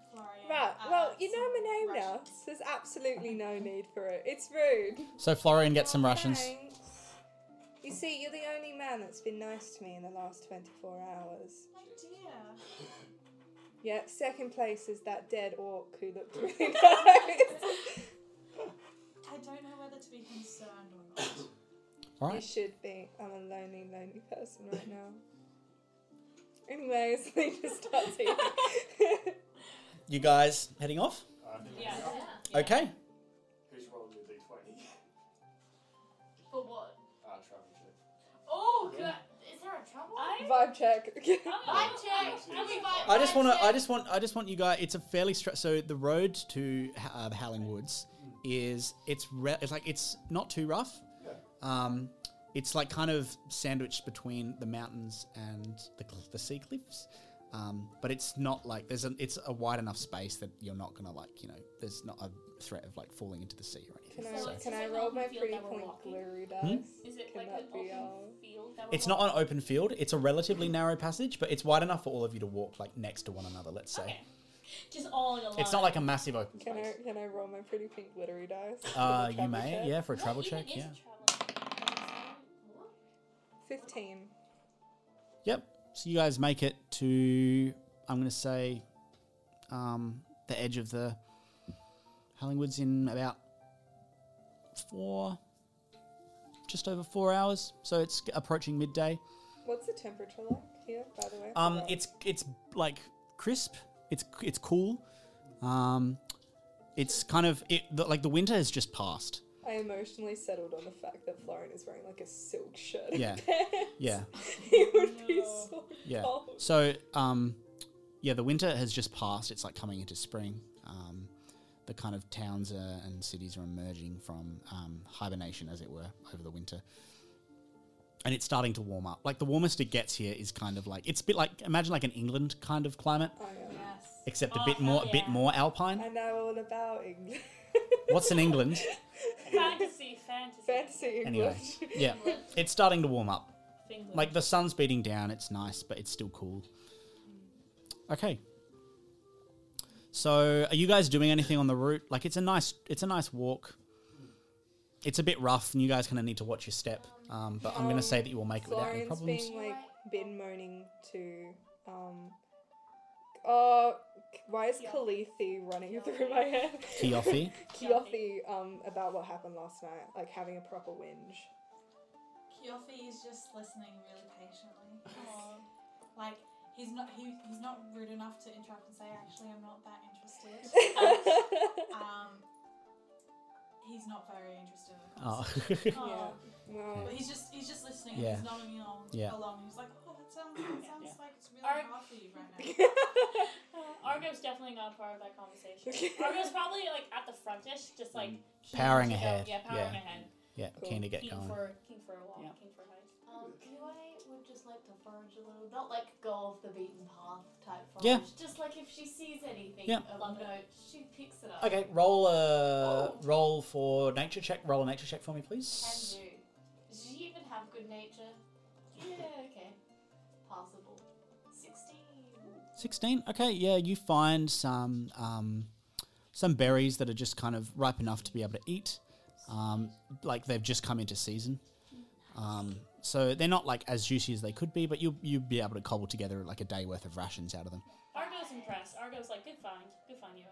Florian. right, uh, well, you know some my name now. rations. So there's absolutely no need for it. It's rude. So Florian gets some rations. Oh, Thanks. You see, you're the only man that's been nice to me in the last 24 hours. My dear. Yeah, second place is that dead orc who looked really [LAUGHS] nice. I don't know whether to be concerned or not. All You right. should be. I'm a lonely, lonely person [LAUGHS] right now. Anyways, [LAUGHS] they just start [LAUGHS] eating. You guys heading off? Uh, do we Yeah. head off? Yeah. Okay. Who's rolling the d20? For what? Ah, travel check. Oh, can I, is there a trouble? I. [LAUGHS] Vibe [LAUGHS] check. Vibe check. Can we vibe- I just vibe want to. I check? just want. I just want you guys. It's a fairly stra- so the road to uh, the Howling Woods is it's re- it's like it's not too rough. Yeah. Um, it's like kind of sandwiched between the mountains and the cl- the sea cliffs. Um, but it's not like there's a it's a wide enough space that you're not gonna like you know there's not a threat of like falling into the sea or Can anything. I, So it's can just I like roll open my field three that we're point walking? glue dice? Hmm? Is it Can like an that be open all? field? That we're it's not an walking? open field. It's a relatively narrow passage, but it's wide enough for all of you to walk like next to one another. Let's say. Okay. Just all in a line. It's not like a massive open Can space. I can I roll my pretty pink glittery dice? for the Uh, you travel may, check? yeah, for a What travel even check, is yeah. travel? What? Fifteen. Yep. So you guys make it to, I'm going to say, um, the edge of the Hallingwoods in about four, just over four hours. So it's approaching midday. What's the temperature like here, by the way? I Um, forgot. it's it's like crisp. It's it's cool. Um, it's kind of it the, like the winter has just passed. I emotionally settled on the fact that Florian is wearing like a silk shirt. [LAUGHS] and Yeah. pants. Yeah. He would be so Yeah. cold. So, um, yeah, the winter has just passed. It's like coming into spring. Um, the kind of towns uh, and cities are emerging from um, hibernation, as it were, over the winter. And it's starting to warm up. Like the warmest it gets here is kind of like it's a bit like imagine like an England kind of climate, except a bit more a bit more alpine. Oh, I know all about England. What's in England? fantasy, fantasy. [LAUGHS] Fantasy English. Anyway, yeah, it's starting to warm up. Fingers. Like the sun's beating down, it's nice, but it's still cool. Okay. So, are you guys doing anything on the route? Like, it's a nice, it's a nice walk. It's a bit rough, and you guys kind of need to watch your step. Um, but I'm going to say that you will make it without any Florian's problems. been like been moaning to um uh why is Kalithi running through my head? Keofi? Keofi, um, about what happened last night, like having a proper whinge. Kiofi is just listening really patiently. Like he's not he, he's not rude enough to interrupt and say, actually I'm not that interested. um, he's not very interested in the Oh. [LAUGHS] conversation. Yeah. [LAUGHS] Well- [LAUGHS] But he's just he's just listening Yeah. and he's nodding along Yeah. along and he's like, Oh that sounds that sounds like it's really Alright. hard for you right now. Argo's definitely not part of that conversation. Argo's probably like at the frontish, just like keen Mm. Powering to go- ahead, Yeah, powering yeah. ahead. Yeah, keen to get Keen going. for keen for a walk, keen for a hike. Um, Kiwi would just like to forage a little, not like go off the beaten path type forage. Yeah. Just like if she sees anything Yeah. of note, she picks it up. Okay, roll a roll for nature check. Roll a nature check for me, Can please. do. Does she even have good nature? Yeah, okay. Passable. 16. Sixteen. Okay, yeah, you find some um, some berries that are just kind of ripe enough to be able to eat, um, like they've just come into season. Um, so they're not like as juicy as they could be, but you you'll be able to cobble together like a day worth of rations out of them. Argo's impressed. Argo's like, good find, good find, you.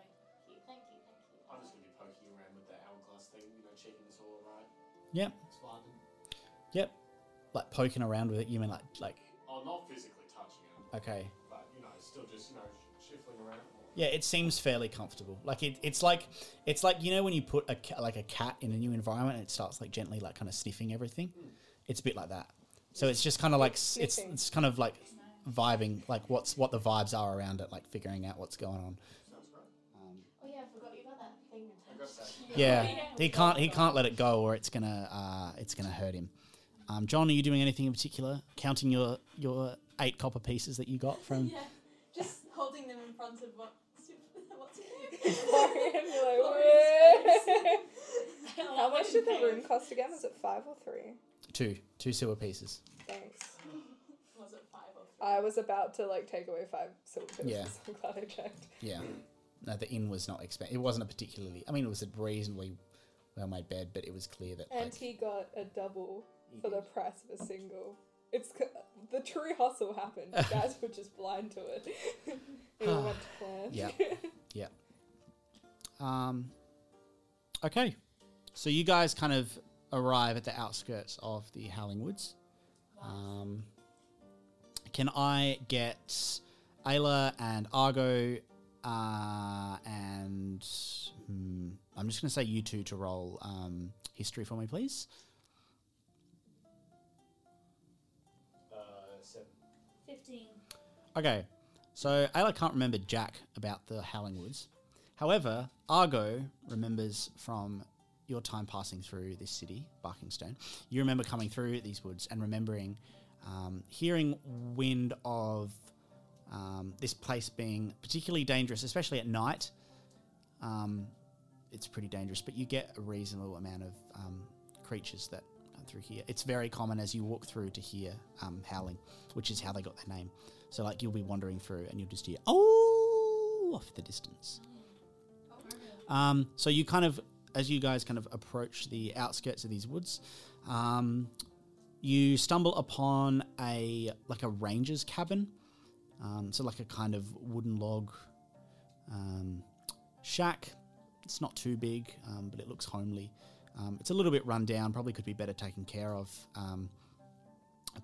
Thank you, thank you. I'm just gonna be poking around with the hourglass thing, you know, checking it's all right. Yep, It's fine. yep. Like poking around with it. You mean like like Oh, not physically touching it, okay. but you know, still just you know sh- shuffling around. Yeah, it seems fairly comfortable. Like it, it's like it's like you know when you put a ca- like a cat in a new environment and it starts like gently like kind of sniffing everything. It's a bit like that. So it's just kind of like s- it's sniffing. it's kind of like vibing like what's what the vibes are around it, like figuring out what's going on. Oh, yeah, I forgot you got that thing attached. Yeah, he can't he can't let it go or it's gonna uh, it's gonna hurt him. Um, John, are you doing anything in particular? Counting your your eight copper pieces that you got from yeah, just holding them in front of what. What's her name? Florian's like, "Whoa." [LAUGHS] How Like, much did the pink. room cost again? Was it five or three? two two silver pieces. Thanks. Was it five or I was about to like take away five silver pieces. Yeah. [LAUGHS] I'm glad I checked. Yeah. No, the inn was not expect. It wasn't a particularly. I mean, it was a reasonably well made bed, but it was clear that. And Like, he got a double for the price of a single. It's c- the true hustle happened. You guys were just blind to it. [LAUGHS] it all went to plan. yeah. Yeah. Um. Okay, so you guys kind of arrive at the outskirts of the Howling Woods. Um, can I get Ayla and Argo? Uh, and hmm, I'm just going to say you two to roll um, history for me, please. Uh, seven. Fifteen. Okay, so Ayla can't remember Jack about the Howling Woods. However, Argo remembers from your time passing through this city, Barkingstone. You remember coming through these woods and remembering um, hearing wind of um, this place being particularly dangerous, especially at night. Um, it's pretty dangerous, but you get a reasonable amount of um, creatures that come through here. It's very common as you walk through to hear um, howling, which is how they got their name. So, like, you'll be wandering through and you'll just hear, oh, off the distance. Um, so, you kind of, as you guys kind of approach the outskirts of these woods, um, you stumble upon a, like, a ranger's cabin. Um, so, like, a kind of wooden log um, shack. It's not too big, um, but it looks homely. Um, it's a little bit run down, probably could be better taken care of, um,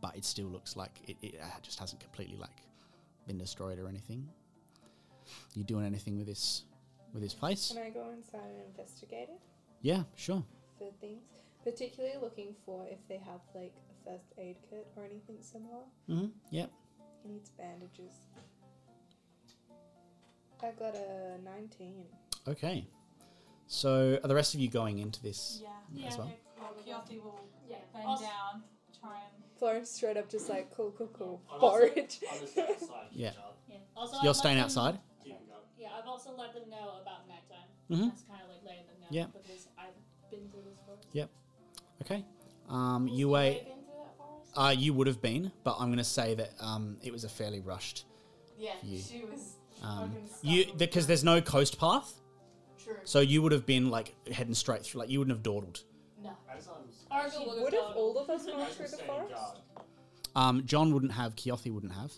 but it still looks like it, it uh, just hasn't completely like been destroyed or anything. You doing anything with this with this place? Can I go inside and investigate it Yeah, sure. for things? Particularly looking for if they have like a first aid kit or anything similar. Mm-hmm. Yep. He needs bandages. I got a 19. Okay. So are the rest of you going into this Yeah. as well? Kiofi will Yeah. bend I'll- down, try and. Florence straight up just like, cool, cool, cool. I'm also- Forage. I'm just outside. Yeah. Yeah. Also, You're I've let staying them- outside? Keep going. Yeah, I've also let them know about nighttime. Mhm. That's kind of like letting them know Yeah. because I've been through this before. Yep. Okay. Um, you wait. Been through that forest? Uh, you would have been, but I'm going to say that um, it was a fairly rushed. Yeah, You- she was Um, fucking stuck you on because the there's no coast path, True. so you would have been like heading straight through. Like you wouldn't have dawdled. No. As I'm Argo would have Would have gone. all of us gone as I'm through the standing forest? guard, Um, John wouldn't have. Keothi wouldn't have.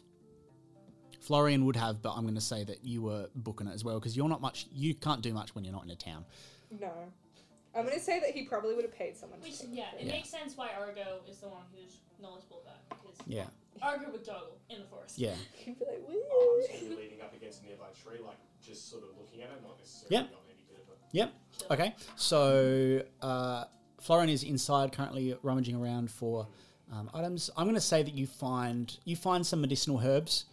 Florian would have, but I'm going to say that you were booking it as well because you're not much. You can't do much when you're not in a town. No. I'm gonna say that he probably would have paid someone to Which, take yeah, it Yeah. makes sense why Argo is the one who's knowledgeable about it, because Yeah. [LAUGHS] Argo would doggle in the forest. Yeah. He'd be like, I'm woo! just going to be leaning up against a nearby tree, like just sort of looking at it, not necessarily Yeah. on any bit of it. Yep. Okay. So uh, Florin is inside currently rummaging around for um, items. I'm going to say that you find you find some medicinal herbs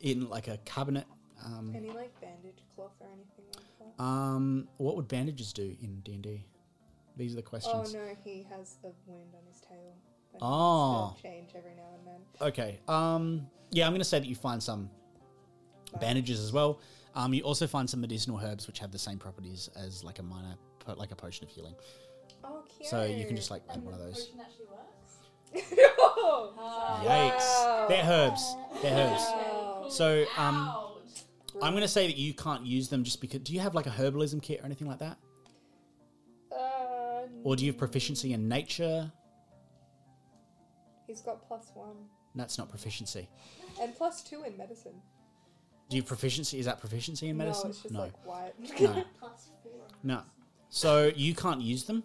in like a cabinet. Um, Any like bandage cloth or anything like that? um, what would bandages do in D and D? These are the Oh questions. no, he has a wound on his tail. that needs to Oh. Change every now and then. Okay. Um, yeah, I'm going to say that you find some bandages as well. Um, you also find some medicinal herbs which have the same properties as like a minor, po- like a potion of healing. Oh, cute. So you [LAUGHS] can just like [LAUGHS] make And one of the those. potion actually works. Uh, Wow. Yikes! They're herbs. They're herbs. Wow. So, um, Ouch. I'm going to say that you can't use them just because. Do you have like a herbalism kit or anything like that? Uh, Or do you have proficiency in nature? He's got plus one That's not proficiency. and plus two in medicine. Do you proficiency? Is that proficiency in No, medicine? it's just No. like white. [LAUGHS] No. Plus four. No. So you can't use them.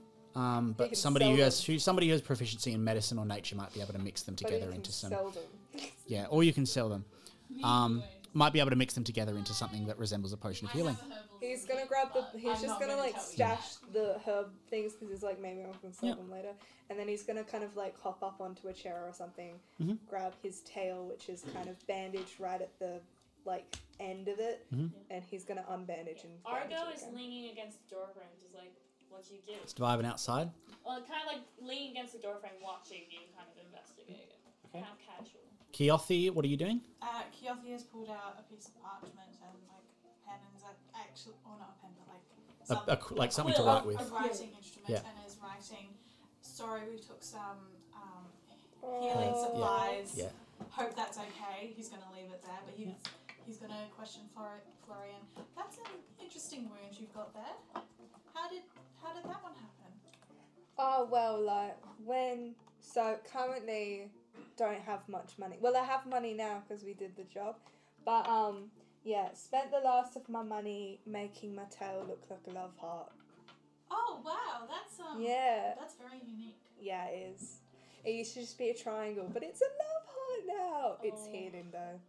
can Um, but somebody who sell has who, somebody who has proficiency in medicine or nature might be able to mix them but he together can into some. sell them. Yeah, or you can sell them. Um, might be able to mix them together into something that resembles a potion of healing. He's gonna grab the. He's I'm just not gonna, gonna like tell you stash the herb things because he's like maybe I can sell Yep. them later, and then he's gonna kind of like hop up onto a chair or something, Mhm. grab his tail which is kind of bandaged right at the like end of it, Mhm. and he's gonna unbandage and bandage Argo it is again. leaning against the door frame, just like, what you do? It's diving outside. Well, kind of like leaning against the door frame, watching you kind of investigate it. Okay. Kind of casual. Keothi, what are you doing? Uh, Keothi has pulled out a piece of parchment and like pen and is like actually, or not a pen, but like A, some, a qu- like something to a, write with. a writing instrument, Yeah. and is writing. Sorry, we took some um, healing Oh. supplies. Yeah. Hope that's okay. He's gonna leave it there, but he's he's gonna question Flor- Florian. That's an interesting wound you've got there. How did how did that one happen? Oh well, like when so currently don't have much money. Well, I have money now because we did the job, but um yeah, spent the last of my money making my tail look like a love heart. Oh wow, that's um Yeah, that's very unique. yeah, it is. It used to just be a triangle, but it's a love heart now. It's Oh. hidden though.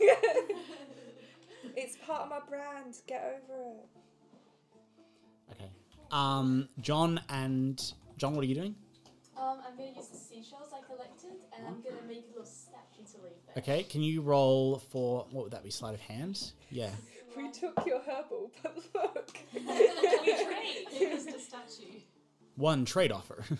My God. [LAUGHS] it's part of my brand. Get over it. Okay. Um, John and John, what are you doing? Um, I'm gonna use the seashells I collected, and I'm gonna make a little statue to leave there. Okay, can you roll for what would that be? Sleight of hand? Yeah. We took your herbal, but look. we trade. It was the statue. One trade offer. [LAUGHS]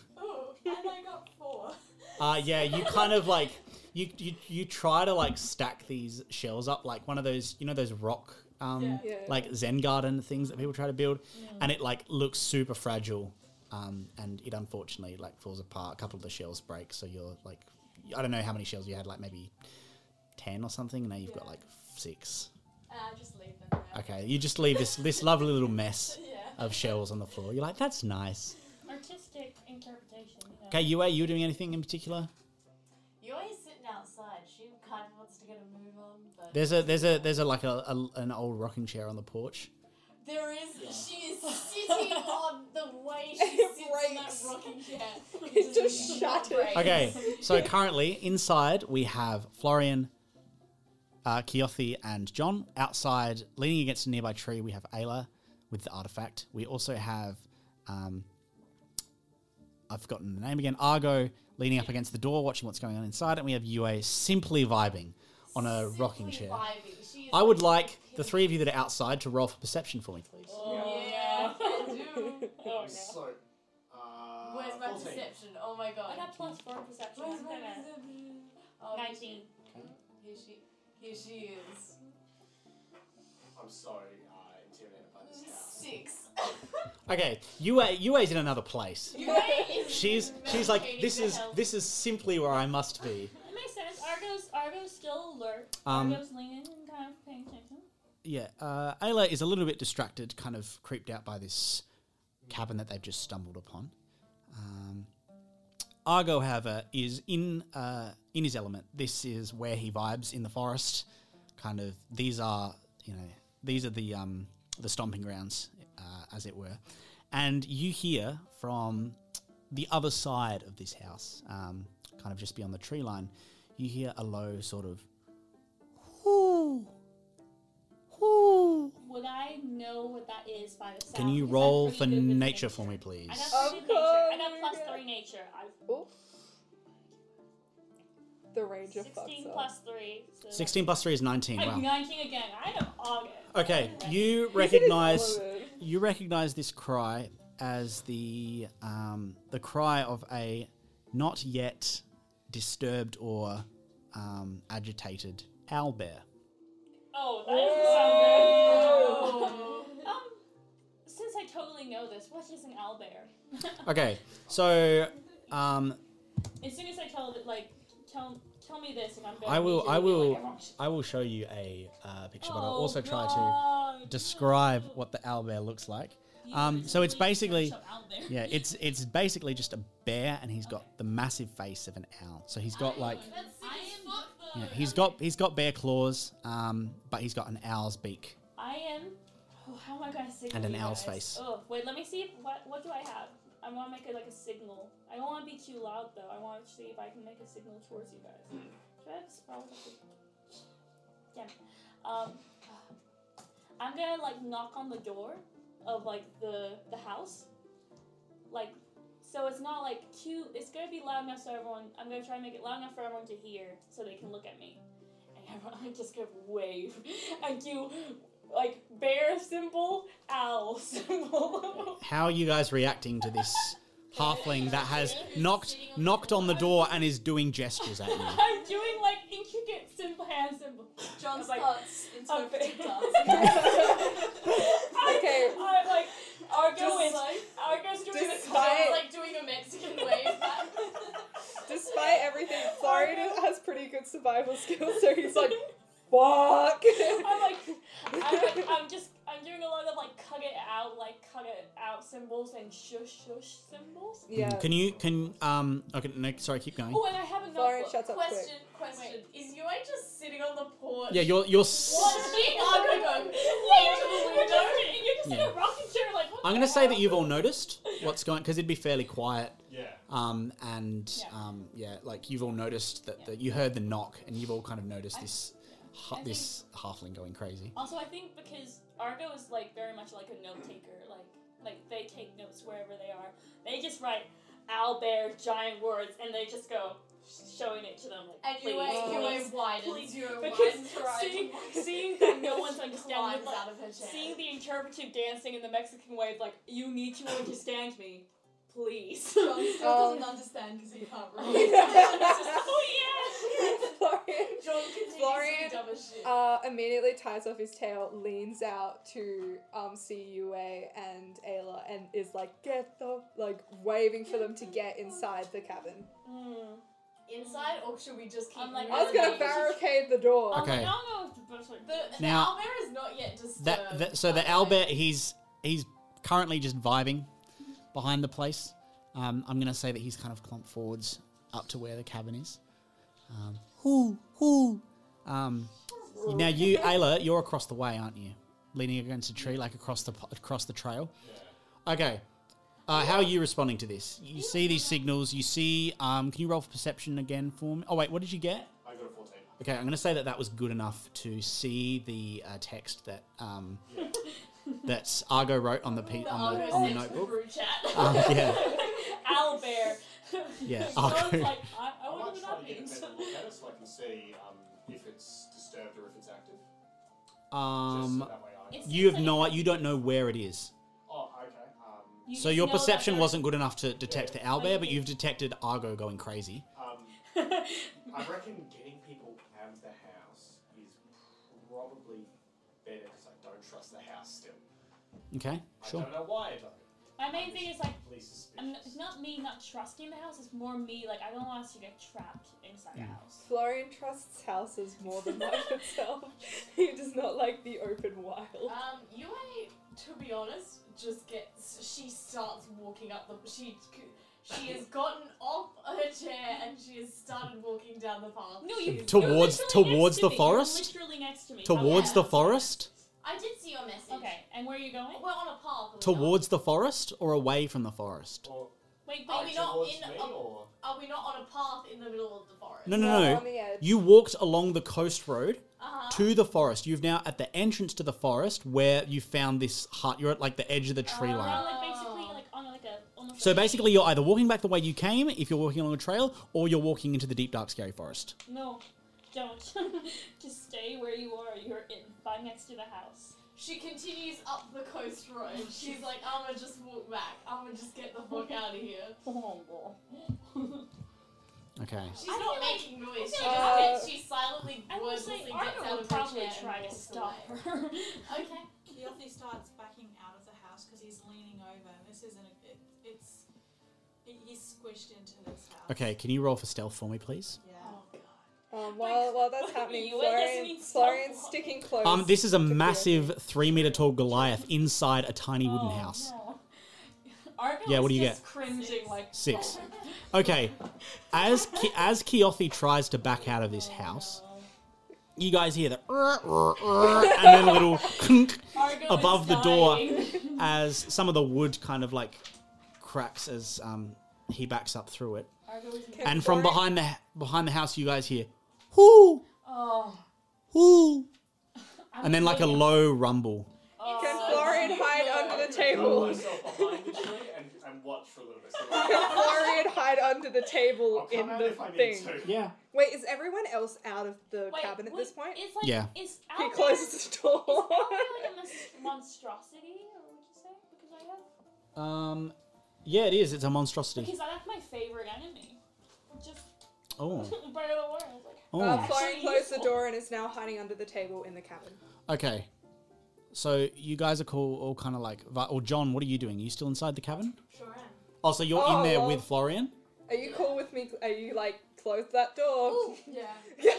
Oh, and I got four. Uh, yeah, you kind of like you, you you try to like stack these shells up like one of those you know those rock um Yeah. Yeah. like Zen garden things that people try to build, and it like looks super fragile, um, and it unfortunately like falls apart. A couple of the shells break, so you're like I don't know how many shells you had like maybe ten or something, and now you've got Yeah. like six. Uh, just leave them there. [LAUGHS] Okay, you just leave this this lovely little mess Yeah. of shells on the floor. You're like that's nice. Artistic interpretation. You know. Okay, you are you doing anything in particular? You always sitting outside. She kind of wants to get a move on, but There's a there's a there's a like a, a an old rocking chair on the porch. there is. She [LAUGHS] is sitting on the way she It sits on that breaks. rocking chair. It just shattered. Okay, so currently inside we have Florian, uh, Keothi, and John. Outside, leaning against a nearby tree, we have Ayla with the artifact. We also have, um, I've forgotten the name again, Argo leaning up against the door, watching what's going on inside, and we have UA simply vibing [LAUGHS] on a rocking chair. vibing. She is I would like the three [LAUGHS] of you that are outside to roll for perception for me, please. Oh, Yeah, I [LAUGHS] do. Oh, Oh, So, uh, Where's my 14. perception? Oh my god. I got plus four perception. Where's my I'm gonna- [LAUGHS] perception? Oh, here she- Nineteen. Here she, here she is. I'm sorry, uh, intimidated by this house. Six. [LAUGHS] Okay, Yue Yue's in another place. You guys- She's she's like this is this is simply where I must be. It makes sense. Argo's Argo's still alert. Um, Argo's leaning and kind of paying attention. Yeah, uh, Ayla is a little bit distracted, kind of creeped out by this cabin that they've just stumbled upon. Um, Argo, however, is in uh, in his element. This is where he vibes in the forest. Kind of these are you know these are the um, the stomping grounds, uh, as it were. And you hear from the other side of this house, um, kind of just beyond the tree line, you hear a low sort of whoo whoo Would I know what that is by the sound? Can you Because I'm roll pretty for good with nature for me, please? I got three Of nature. I course. got plus three nature. I Oh. The ranger fucks sixteen up. plus three. So 16 plus 3 is 19. I'm Wow. nineteen again. I am Argo. Okay, you recognize you recognize this cry as the um, the cry of a not yet disturbed or um, agitated owl bear. Oh, that doesn't sound good. um, since I totally know this, what is an owlbear? [LAUGHS] Okay, so um, as soon as I tell it, like, tell tell me this, if I'm going I will I will Like, I will show you a uh, picture, but I'll Oh, also try to God. describe what the owl bear looks like. Um, so it's basically yeah, it's it's basically just a bear, and he's got the massive face of an owl. So he's got like That's sick as fuck though. yeah, he's got he's got bear claws, um, but he's got an owl's beak. I am. Oh, how am I going to signal? And an you owl's guys? face. Oh, wait. Let me see. If, what what do I have? I want to make it like a signal. I don't want to be too loud though. I want to see if I can make a signal towards you guys. Do I have a spell? that could- Damn. it. Um, I'm gonna like knock on the door of like the the house, like. So it's not like too. It's gonna be loud enough so everyone. I'm gonna try and make it loud enough for everyone to hear, so they can look at me. And everyone, [LAUGHS] I'm just gonna wave [LAUGHS] and do like bear symbol, owl [LAUGHS] symbol. How are you guys reacting to this halfling that has knocked knocked on the door and is doing gestures at you? I'm doing like intricate symbol hand symbol. John Like- starts Okay. interpreting [LAUGHS] dance. I, Okay. I'm like Argo Just is like Argo's doing the Despite- like doing a Mexican wave. [LAUGHS] [LAUGHS] Despite everything, Florian has pretty good survival skills, so he's like, fuck. I'm like, I'm, like, I'm just, I'm doing a lot of like cut it out, like cut it out symbols and shush shush symbols. yeah. [LAUGHS] Mm, Can you can um okay no sorry keep going. Oh, and I have a Florian notebook. shuts up quick. Question, question. Is you ain't just sitting on the porch? Yeah, you're you're. s- [LAUGHS] What? Being Oh Argo. You're just, you're just in Yeah. a rocking chair, like. What I'm the gonna say that hell? you've all noticed what's going because it'd be fairly quiet Yeah. Um, and Yeah. Um, yeah, like you've all noticed that, Yeah. that you heard the knock, and you've all kind of noticed I- this I ha- think- this halfling going crazy. Also, I think because Argo is like very much like a note taker, like like they take notes wherever they are. They just write owl bear giant words and they just go sh- showing it to them. Like, And you please, ain't, you please. ain't widens. Please. You ain't Because widens her eyes. [LAUGHS] seeing, seeing that [LAUGHS] no one's understanding, climbs like, out of her chair. seeing the interpretive dancing in the Mexican wave, like you need to understand me, please. [LAUGHS] John still Um. doesn't understand [LAUGHS] because he can't read. It's just, oh yeah. Florian John continues Florian, to be dumb as shit. uh, immediately ties off his tail, leans out to um, CUA and Ayla, and is like, get the, like, waving for them to get inside the cabin. Mm. Inside, or should we just keep? I'm like, I was gonna running? barricade the door. I'm like, Okay. I don't know if the best way to do The, the Now- owlbear is not yet disturbed. That, that so the Albert he's he's currently just vibing behind the place. Um, I'm gonna say that he's kind of clumped forwards up to where the cabin is. Um, hoo hoo. Um, now you, Ayla, you're across the way, aren't you? Leaning against a tree, like across the p- across the trail. Okay. Uh, how are you responding to this? You see these signals. You see. Um, can you roll for perception again for me? Oh wait, what did you get? I got a 14. Okay, I'm going to say that that was good enough to see the uh, text that [LAUGHS] um, that Argo wrote on the pe- on the, on the notebook. Group chat. Um, yeah, Owl bear. Yeah, I was [LAUGHS] Argo. like, I, I I wouldn't do that might try to get a means. better look at it so I can see um, if it's Um, It's- you have no, you don't know where it is. Oh, okay. Um, You So just your know that perception there- [LAUGHS] wasn't good enough to detect the owlbear, Like- but you've detected Argo going crazy. um, I reckon getting people out of the house is probably better because I don't trust the house still. Okay, I sure. don't know why I don't. My main thing is like, Police I'm, suspicious. it's not me not trusting the house. It's more me like I don't want us to get trapped inside the Mm. house. Florian trusts houses more than life itself. he does not like the open wild. Um, Yue, to be honest, just gets. She starts walking up the. She she [LAUGHS] has gotten off her chair and she has started walking down the path. No, you. Towards- you're literally towards next to the me. You're forest? Literally next to me. Towards yeah. the forest? I did see your message. Okay, and where are you going? We're on a path. are we Towards the forest or away from the forest? Or Wait, Oh, Are wait. we not towards in me, a- or not? Are we not on a path in the middle of the forest? No, no, no. On the edge. You walked along the coast road Uh-huh. to the forest. You've now at the entrance to the forest where you found this hut. You're at like the edge of the tree We're line. on, like basically like on like a almost. So like- basically, you're either walking back the way you came if you're walking along a trail, or you're walking into the deep, dark, scary forest. No, don't. [LAUGHS] Just stay where you are. You're in. By next to the house. She continues up the coast [LAUGHS] road. She's like, I'ma just walk back. I'ma just get the fuck out of here. Oh, well. Okay. She's I not feel like- making noise. She feel just like- gets, she silently I would wordlessly say gets out Arno of would her probably chair try and to walks stop away. her. [LAUGHS] Okay. Keofi starts backing out of the house because he's leaning over. This isn't a, it, it's it, he's squished into this house. Okay, can you roll for stealth for me, please? Yeah. Um, while, while that's happening, You were Florian, listening so Florian's long. sticking close. Um, this is a to Kira. massive three meter tall Goliath inside a tiny wooden Oh, house. no. Arno Yeah, is what do you just Cringing like Six. [LAUGHS] Okay, as Ki- as Keothi tries to back out of this house, you guys hear the [LAUGHS] "Rrr, rrr, rrr," and then a little [LAUGHS] clunk Argo [LAUGHS] above is the door dying. [LAUGHS] as some of the wood kind of like cracks as um, he backs up through it. Argo is Can And from Florian- behind the behind the house, you guys hear "Whoo, Oh. whoo," I'm and then like a waiting. low rumble. Oh. Can Florian hide under the Throw table? myself behind the tree and, and watch for a little bit. So [LAUGHS] Can Florian hide under the I'll table come in out the if I need thing? to. Yeah. Wait, is everyone else out of the Wait, cabin at wait, this point? It's like, Yeah. It's He out there. closes the Is door. [LAUGHS] Alpha like a monst- monstrosity, or would you say? Because I have Um, yeah, it is. It's a monstrosity. because that's my favorite enemy. Just [LAUGHS] [LAUGHS] Oh, by the way, I was like, Uh, oh. Florian Actually closed the useful. door and is now hiding under the table in the cabin. Okay. So you guys are cool, all kind of like. vi- Or John, what are you doing? Are you still inside the cabin? Sure am. Oh, so you're Oh, in there well. with Florian. Are you cool with me? Are you like close that door? Yeah. [LAUGHS] Yeah.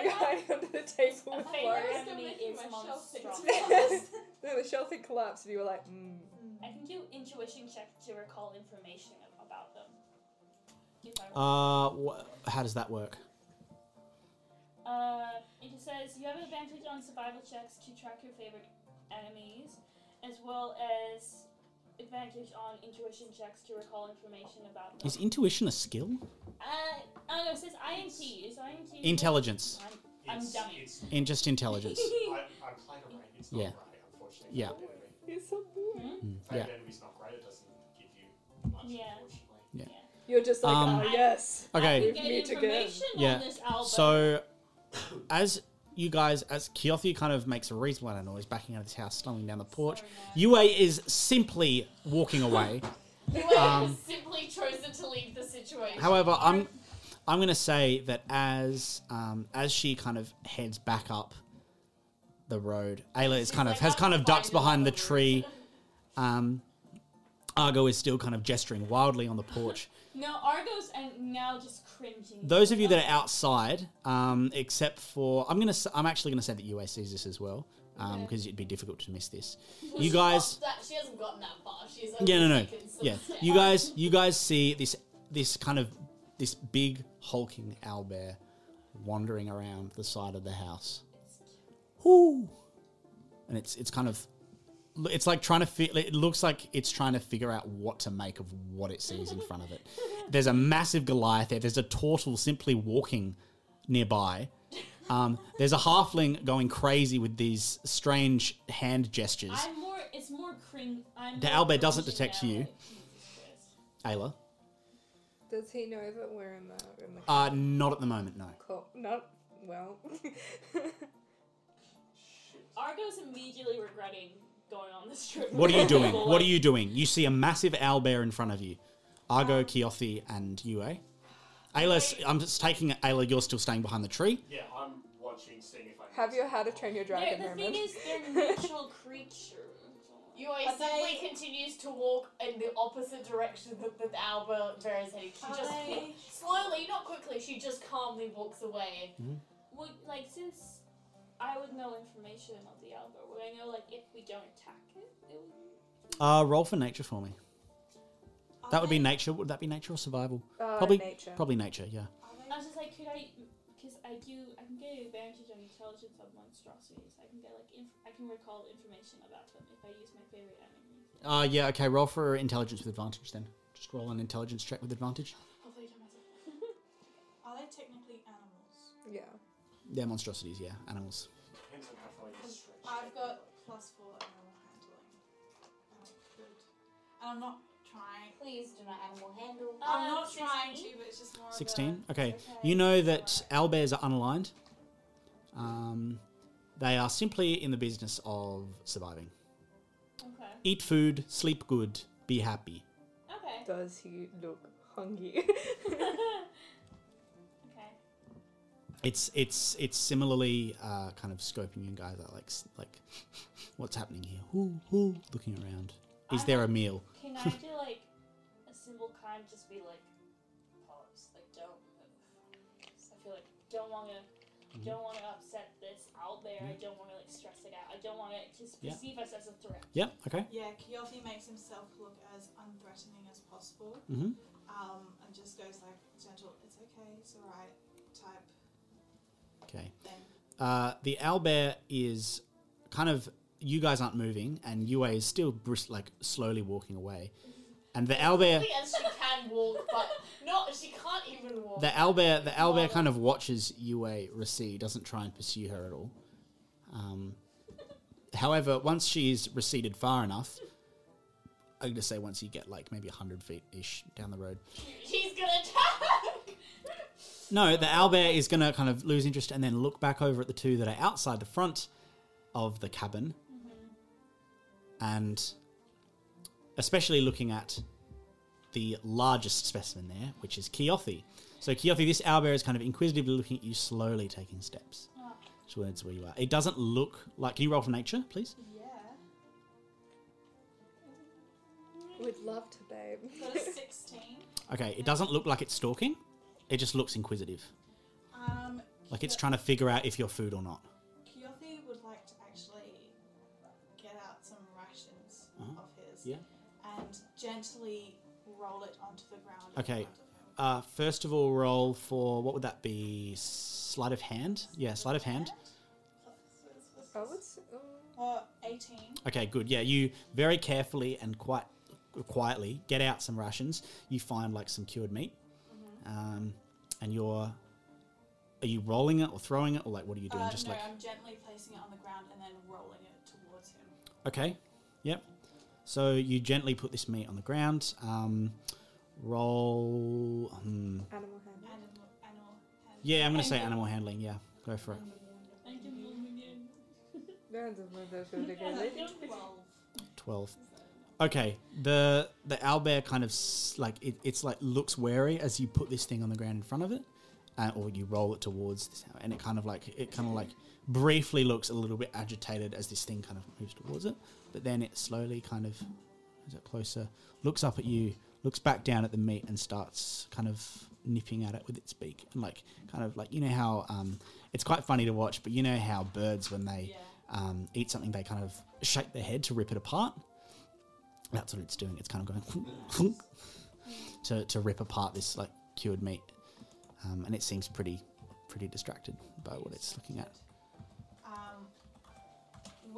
Are you hiding under the table with my favorite [LAUGHS] Florian? Florian. enemy Still is making my shelf fit. monstrosity. No, the shelf had collapsed, and you were like, mm. I can do intuition check to recall information about them. If I Uh, wh- how does that work? Uh, it says you have advantage on survival checks to track your favorite enemies, as well as advantage on intuition checks to recall information about them. Is intuition a skill? Uh, oh no, it says INT. Is INT? Intelligence. I'm, I'm It's, dummy. [LAUGHS] it's, In just intelligence. I, I played a rank. It's not Yeah. great, unfortunately. Yeah. for the enemy. You're so bored. Yeah. Playing an enemy's not great. It doesn't give you much, Yeah. unfortunately. You're just like, Um, oh yes. Okay. I can Meet get again. information Yeah. on this album. So, [COUGHS] as you guys, as Keothi kind of makes a reasonable amount of noise, backing out of this house, stumbling down the porch, Yue is simply walking [LAUGHS] away. You have Um, [LAUGHS] simply chosen to leave the situation. However, I'm I'm going to say that as um, as she kind of heads back up the road, Ayla is She's kind of like, has "I'm kind of fine ducked with behind the that." [LAUGHS] tree. Um, Argo is still kind of gesturing wildly on the porch. no, Argos and now just cringing. Those of you that are outside, um, except for I'm gonna, s- I'm actually gonna say that UA sees this as well, because it'd be difficult to miss this. Well, You she's not guys, that- she hasn't gotten that far. She's only yeah, no, no, taken some [LAUGHS] yeah, steps. you guys, you guys see this, this kind of, this big hulking owlbear wandering around the side of the house. Whoo! And it's it's kind of, it's like trying to fi- It looks like it's trying to figure out what to make of what it sees in front of it. There's a massive Goliath there. There's a turtle simply walking nearby. Um, there's a halfling going crazy with these strange hand gestures. I'm more. It's more cring. I'm The more Albert doesn't cringing detect now. you. Jesus Christ. Ayla, Does he know that we're in the in the [LAUGHS] uh, not at the moment, no. Cool. Not well. Argo's immediately regretting going on this trip. What are [LAUGHS] you doing? What are you doing? You see a massive owl bear in front of you. Argo, Kiothi, and Yue. Ayla, I'm just taking it. Ayla, you're still staying behind the tree. Yeah, I'm watching, seeing if I can. Have you had a train your They're- dragon the moment? thing is, they're natural creatures. Yue simply continues to walk in the opposite direction that the Alba bear is heading. She Are just they- [LAUGHS] slowly, not quickly, she just calmly walks away. Would like since I would know information about the Alba, would I know like if we don't attack it, it would Uh, roll for nature for me. That would be I- nature. Would that be nature or survival? Uh, probably nature. Probably nature. Yeah. I was just like, could I? Because I do, I can get advantage on intelligence of monstrosities. I can get like, inf- I can recall information about them if I use my favorite enemy. Uh, yeah. Okay. Roll for intelligence with advantage then. Just roll an intelligence check with advantage. Hopefully, you don't mess it. Are they technically animals? Yeah. They're monstrosities. Yeah. Animals. Depends on how far you can stretch. I've got plus four animal handling. And I could. And I'm not trying. Please do not animal handle. I'm Uh, not trying 16? to, but it's just more. of a- 16. Okay. You know that owlbears are unaligned. Um, they are simply in the business of surviving. Okay. Eat food, sleep good, be happy. Okay. [LAUGHS] [LAUGHS] Does he look hungry? okay. It's it's it's similarly uh, kind of scoping you guys out, like s- like what's happening here? Who who looking around? Is I there a have- meal? Can I do like a simple kind? Just be like, pause. Like don't move. 'Cause I feel like don't want to. Mm-hmm. Don't want to upset this out there. I don't want to like stress it out. I don't want to just Yeah. perceive us as a threat. Yeah. Okay. Yeah, Kyofi makes himself look as unthreatening as possible. Mhm. Um, and just goes like gentle, it's okay, it's alright type Okay. thing. Uh, the owlbear is kind of you guys aren't moving, and Yue is still brisk, like slowly walking away, and the owlbear. Probably as she can walk, but not she can't even walk. The owlbear, the owlbear kind of watches Yue recede, doesn't try and pursue her at all. Um, however, once she's receded far enough, I'm going to say once you get like maybe 100 feet ish down the road. She's gonna attack. No, the owlbear is going to kind of lose interest and then look back over at the two that are outside the front of the cabin. And especially looking at the largest specimen there, which is Kiothi. So, Kiothi, this owlbear is kind of inquisitively looking at you, slowly taking steps towards where you are. It doesn't look like. Can you roll for nature, please? Yeah. We'd love to, babe. Got [LAUGHS] a 16. Okay, it doesn't look like it's stalking. It just looks inquisitive. Um, Like it's trying to figure out if you're food or not. Kyothi would like to actually get out some rations Uh-huh. of his Yeah. and gently roll it onto the ground. in front Okay. of him. Uh, first of all, roll for what would that be? Sleight of hand? Yeah, sleight of hand. Oh, I would say, um, Uh, 18. Okay, good. Yeah, you very carefully and quite quietly get out some rations. You find like some cured meat, Mm-hmm. um, and you're. Are you rolling it or throwing it or like what are you doing? Uh, Just no, like I'm gently placing it on the ground and then rolling it towards him. Okay. Yep. So you gently put this meat on the ground. Um, roll. Hmm. animal handling. Animal, animal hand. Yeah, I'm going to say animal handling. Yeah, go for it. I can move again. Twelve. 12. Okay. The the owlbear kind of s- like it, it's like looks wary as you put this thing on the ground in front of it, uh, or you roll it towards this, owl, and it kind of like it kind of like briefly looks a little bit agitated as this thing kind of moves towards it, but then it slowly kind of as it closer looks up at you, looks back down at the meat, and starts kind of nipping at it with its beak and like kind of like you know how um, it's quite funny to watch, but you know how birds when they um, eat something they kind of shake their head to rip it apart. That's what it's doing. It's kind of going to to rip apart this like cured meat, um, and it seems pretty pretty distracted by what it's looking at. Um,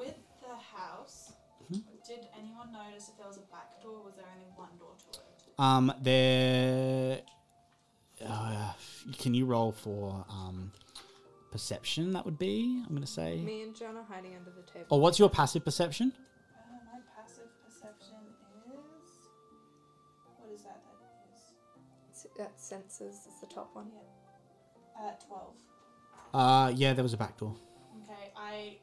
with the house, Mm-hmm. did anyone notice if there was a back door? or Was there only one door to it? Um, there. Uh, can you roll for um, perception? That would be. I'm gonna say. Me and John are hiding under the table. Or what's your passive perception? Uh, my passive perception is. What is that? That is Oh. S- uh, sensors is the top one. uh, twelve. Uh, yeah, there was a back door. Okay, I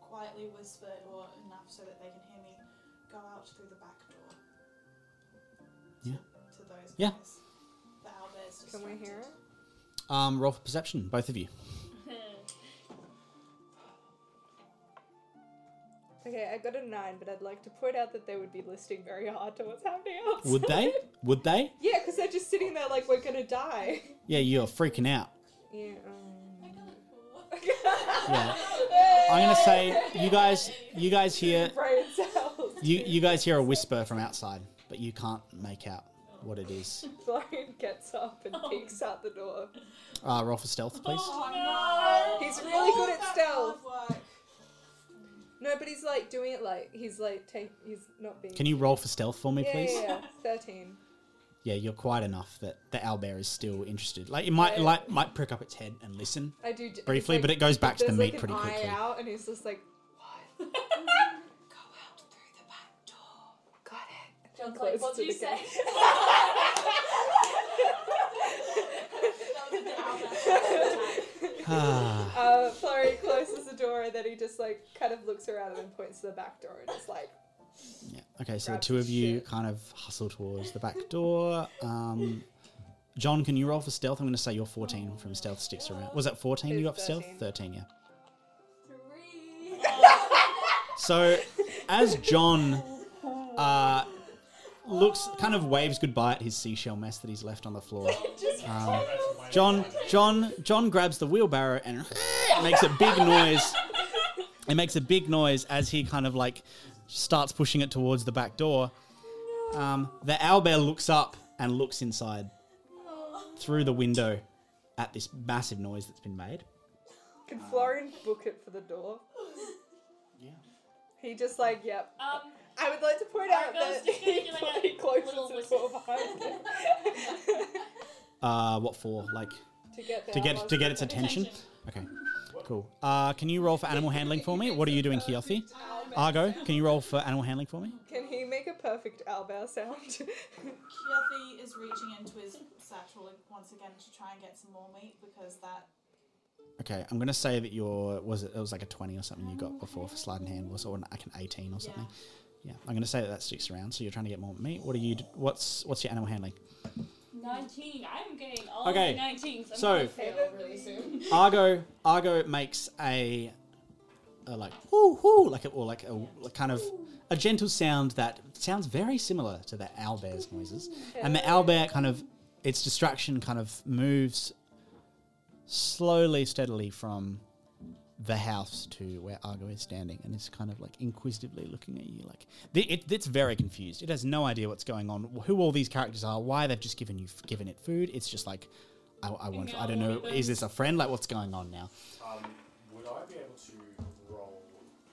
quietly whisper or enough so that they can hear me go out through the back door Yeah. to those Yeah. guys. The owlbear's Can we hear distracted. it? Um, roll for perception, both of you. Okay, I got a nine, but I'd like to point out that they would be listening very hard to what's happening outside. Would they? Would they? [LAUGHS] yeah, because they're just sitting there like we're gonna die. [LAUGHS] Yeah, you're freaking out. Yeah. um, Yeah. I'm gonna say you guys, you guys hear, Brain cells. you [LAUGHS] you guys hear a whisper from outside, but you can't make out what it is. Florian gets up and Oh. peeks out the door. Uh, roll for stealth, please. Oh, He's really good at That stealth. hard work. No, but he's like doing it like he's like take. He's not being. Can you roll for stealth for me, yeah, please? Yeah, yeah. thirteen. Yeah, you're quiet enough that the owlbear is still interested. Like it might like might prick up its head and listen. I do d- Briefly, it's but it goes back to the there's, meat like, pretty an eye quickly. out, and he's just like, [LAUGHS] Go out through the back door. got it. John's Close like, what to do you the say? gate. [SIGHS] [LAUGHS] Ah. Uh, Florian closes the door, and then he just like kind of looks around and points to the back door, and [LAUGHS] is like, yeah. Okay, so the Grab two of you shit. kind of hustle towards the back door. Um, John, can you roll for stealth? I'm going to say you're 14 from stealth sticks around. Was that 14 you It's got for stealth? 13. 13, yeah. Three. [LAUGHS] So, as John uh, looks, kind of waves goodbye at his seashell mess that he's left on the floor. Um, John, John, John grabs the wheelbarrow and [LAUGHS] makes a big noise. It makes a big noise as he kind of like starts pushing it towards the back door. Um, the owlbear looks up and looks inside through the window at this massive noise that's been made. "Can Florian book it for the door?" [LAUGHS] Yeah. He just like, yep. Um, I would like to point Our out that ghost is he, gonna do, like, he a closes little the whistle. door behind him Uh, what for? Like to get to get to get its attention. Okay, cool. Uh, can you roll for animal handling for me? What are you doing, Kiothi? Argo, can you roll for animal handling for me? Can he make a perfect owlbear sound? [LAUGHS] Kiothi is reaching into his satchel once again to try and get some more meat because that Okay, I'm gonna say that your was it, it was like a twenty or something you got before for slide in hand was or an- like an eighteen or something. Yeah, I'm gonna say that that sticks around. So you're trying to get more meat. What are you? d- What's what's your animal handling? 19. I'm getting all Okay, the 19s. I'm so- gonna fail really soon. Argo Argo makes a, a like whoo whoo like a, or like a like kind of a gentle sound that sounds very similar to the owlbear's noises, and the owlbear kind of its distraction kind of moves slowly steadily from the house to where Argo is standing and is kind of like inquisitively looking at you like th- it, it's very confused it has no idea what's going on who all these characters are why they've just given you given it food it's just like I, I want I don't know is this a friend like what's going on now Um, would I be able to roll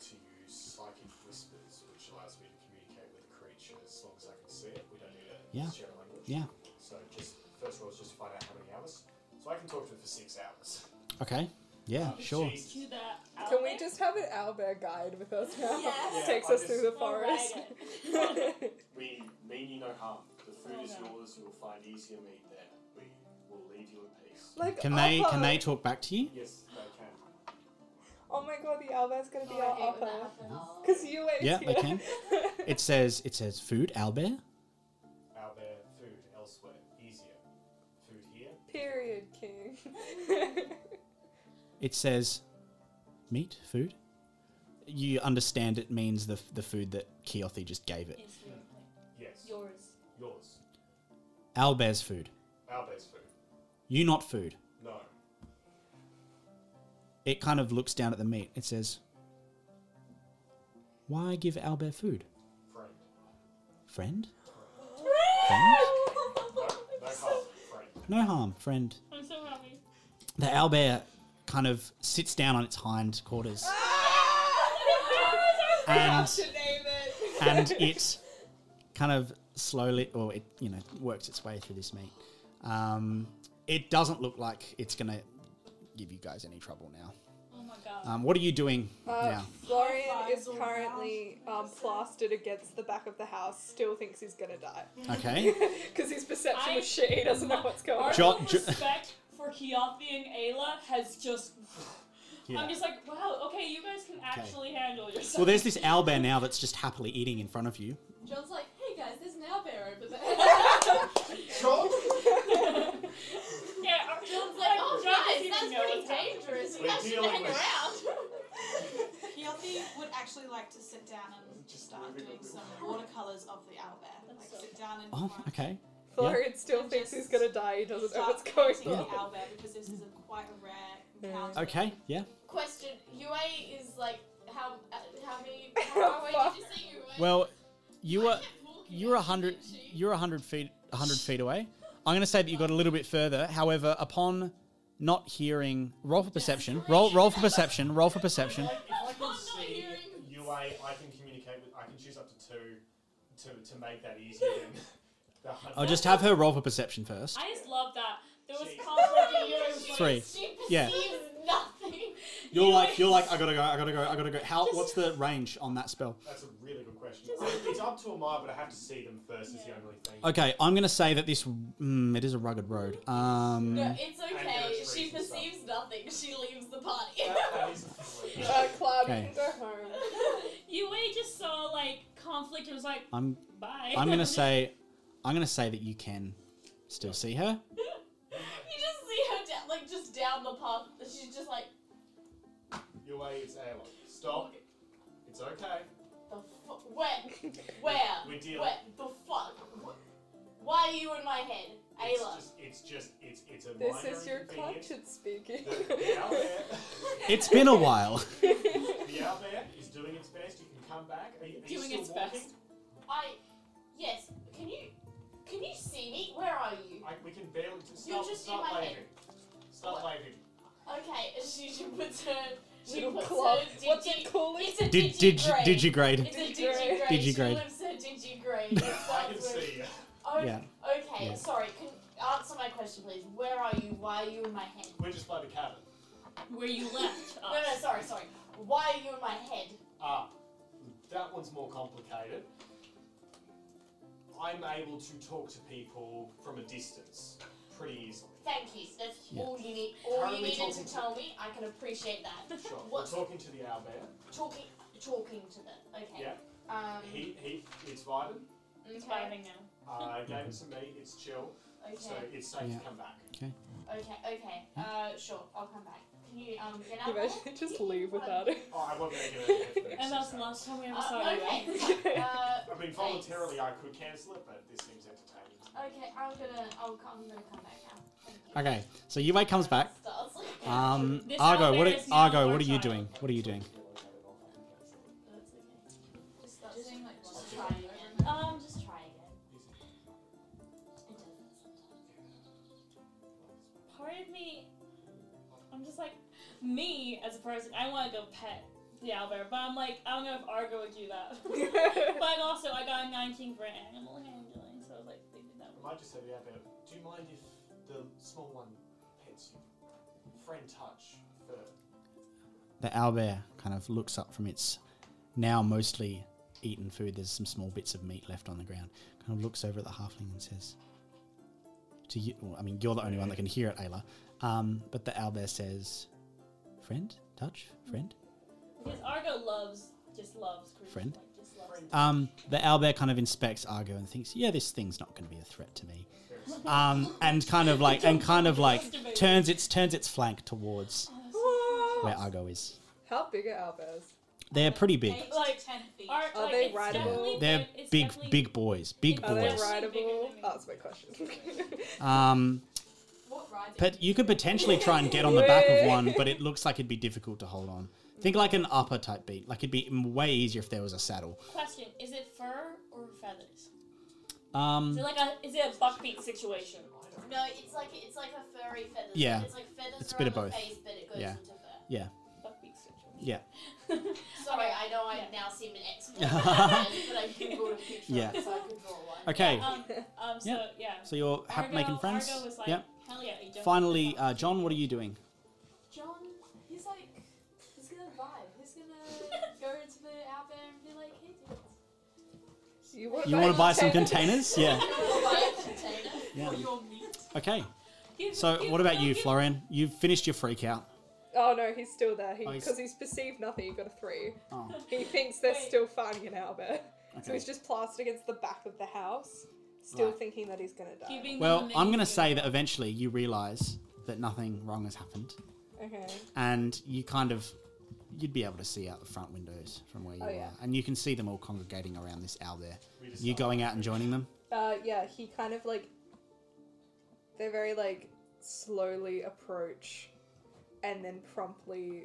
to use psychic whispers, which allows me to communicate with the creature as long as I can see it? We don't need a Yeah. shared language. yeah So just first roll is just to find out how many hours. So I can talk to it for six hours. Um, okay yeah sure Jesus. To the Can we just have an owlbear guide with us now? [LAUGHS] Yes. Takes Yeah, us I through just- the forest. We mean you no harm. The food is Okay. yours. You will find easier meat there. We will leave you in peace. [LAUGHS] like, can they can Upper. they talk back to you Yes, they can. Oh my god, the owlbear's gonna be Oh, I our hate when that upper. happens. Oh. Because you ain't Yeah, here. [LAUGHS] they can. it says it says food owlbear Out there, food elsewhere, easier. Food here. Period, King. [LAUGHS] It says meat, food. You understand it means the, the food that Kiothi just gave it. It's Yes. yours. Yours. Albear's food. Our best food. You not food. No. It kind of looks down at the meat. It says, Why give Albert food? Friend. Friend? [LAUGHS] Friend? No, no harm. Friend. [LAUGHS] No harm, friend. I'm so happy. The owlbear kind of sits down on its hindquarters. [LAUGHS] and, and it kind of slowly, or it, you know, works its way through this meat. Um, it doesn't look like it's going to give you guys any trouble now. Oh my god. Um, what are you doing Uh, now? Florian High is fives all currently um, plastered against the back of the house, still thinks he's gonna die. [LAUGHS] Okay. [LAUGHS] Because his perception I- was [LAUGHS] shit, he doesn't know what's going Our on. Jo- Jo- respect for Kiathi and Ayla has just. Yeah. I'm just like, wow, okay, you guys can actually handle yourself. Well, there's this owlbear now that's just happily eating in front of you. John's like, hey guys, there's an owlbear over there. [LAUGHS] John? yeah, our- John's like, oh John doesn't guys, even that's know pretty what's happening." dangerous. You We're guys shouldn't dealing hang with- around. Kiofi would actually like to sit down and start doing some watercolors of the owlbear. Like sit down and Oh, okay. Florian still thinks he's gonna die. He doesn't know start what's going painting on. the owlbear because this is a quite a rare encounter. Okay, yeah. Question, UA is like, how, uh, how many, how far away did you say UA? Well, you were you were a hundred you were a hundred feet a hundred feet away. I'm going to say that you got a little bit further. However, upon not hearing, roll for perception. Roll roll for perception. Roll for perception. Like, if I can see UA, I can communicate with. I can choose up to two to, to make that easier. than the hundred. I'll just have her roll for perception first. I just love that. There was Jeez. conflict in your Three. She Yeah. perceives nothing. You're like you're like I gotta go. I gotta go. I gotta go. How? What's the range on that spell? That's a really good question. it's up to a mile, but I have to see them first. Is the only thing. Okay, I'm gonna say that this mm, it is a rugged road. Um, No, it's okay. it's She racist, so. perceives nothing. She leaves the party. [LAUGHS] That- that is a good way. [LAUGHS] Uh, Cloud, you Okay. can go home. UA just saw like conflict and was like, I'm bye. I'm gonna say I'm gonna say that you can still see her. You just see her down, like just down the path. She's just like, UA, it's Ayla. Stop. It's okay. the fuck? When? Where? We're dealing. Where? The fuck? Wh- Why are you in my head, It's Ayla? just, it's just, it's, it's a This minor is your inconvenience. conscience speaking. The, [LAUGHS] the owlbear, It's been a while. the owlbear is doing its best. You can come back. Are you, are you Doing still its walking? best. I. Yes. Can you? Can you see me? Where are you? I, we can barely just You're stop, just in stop my waving. head. Stop What? [LAUGHS] waving. Okay. and She, she puts her. She Little puts claw. her digi- What's it called? It's a Did did digigrade. did you grade? It's a Digigrade. digigrade. Digigrade. She lives [LAUGHS] her digigrade. That's I can weird. see you. Oh, Yeah. Okay, Yeah. sorry. Can answer my question, please. Where are you? Why are you in my head? We're just by the cabin. [LAUGHS] Where you left No, no, us. sorry, sorry. Why are you in my head? Ah, that one's more complicated. I'm able to talk to people from a distance pretty [LAUGHS] easily. Thank you. That's Yeah. all you need. All Currently you needed talking to to- tell me. I can appreciate that. Sure. What- We're talking to the owlbear. Talking, talking to them. Okay. Yeah. Um. He, he, it's vibing. It's okay. vibing now. Uh, gave it to me. It's chill. Okay. So it's safe Yeah. to come back. Okay. Okay. Uh. Sure. I'll come back. Can you um get out? You there? [LAUGHS] imagine just leave without [LAUGHS] it. Oh, I won't be able to give [LAUGHS] it. And that's the last time we ever saw Uh, you. okay. [LAUGHS] [LAUGHS] uh. I mean, voluntarily I could cancel it, but this seems entertaining. Okay. I'm gonna. I'll. co- I'm gonna come back now. Thank you. Okay, so Yue comes back. Stars. Um, This Argo, owlbear what are, is now Argo, our what are you child. doing? What are you doing? That's okay. Just start Just, doing like just watercolors try over again. and over. Um, just try again. It does that sometimes. Part of me, I'm just like, me as a person, I want to go pet the owlbear, but I'm like, I don't know if Argo would do [LAUGHS] that. but also, I got a 19 for an animal handling, so I was like, maybe that I would. might just say to the advert, do you mind if the small one pets you? Friend touch for The owlbear kind of looks up from its now mostly eaten food. There's some small bits of meat left on the ground. Kind of looks over at the halfling and says, "To you, well, I mean, you're the only one that can hear it, Ayla." Um, but the owlbear says, "Friend, touch, friend." Because Argo loves, just loves creatures. Friend? Like, just loves friend touch. Um, the owlbear kind of inspects Argo and thinks, "Yeah, this thing's not going to be a threat to me." Um, and kind of like, and kind [LAUGHS] of like, turns its turns its flank towards where Argo is. How big are owlbears? They're pretty big. Eight Like, to ten feet. Ar- Are like, they it's rideable? definitely They're big- it's big, definitely- Oh, big boys, big It's Are they boys. definitely bigger rideable? than me. That's my question. [LAUGHS] Um, What rides? but you could potentially try and get on the back of one, but it looks like it'd be difficult to hold on. Think like an upper type beat. Like it'd be m- way easier if there was a saddle. Question: Is it fur or feathers? Is Um, it like a is it a buckbeak situation? No, it's like it's like a furry feather. Yeah. It's like feathers It's a around bit of the both. face, but it goes Yeah. into fur. Buckbeak situation. Yeah. Sorry, I know I Yeah. now seem an expert, [LAUGHS] [LAUGHS] but I googled a picture Yeah. of it, so I could draw one. [LAUGHS] okay. Um, um, so yeah. So you're ha- Argo- making friends. Argo was like, yeah. Hell yeah. you don't Finally, give up." uh, John, what are you doing? John, he's like, he's gonna vibe. He's gonna [LAUGHS] go into the outback and be like, hey, dudes. you want You want to buy some containers? containers? [LAUGHS] Yeah. For yeah. your meat. Okay. Give- So give- [LAUGHS] what about no, you, give- Florian? You've finished your freak out. [LAUGHS] Oh no, he's still there. Oh, he's- Because he's... perceived nothing. He got a three. Oh. [LAUGHS] He thinks they're Wait. still fighting in Albert, so Okay. he's just plastered against the back of the house, still Right. thinking that he's gonna die. Giving Well, them I'm the- going to say that eventually you realize that nothing wrong has happened, Okay. and you kind of you'd be able to see out the front windows from where you Oh, yeah. are, and you can see them all congregating around this owl there. We just You start- going out and joining them? Uh, yeah, he kind of like. They very like slowly approach, and then promptly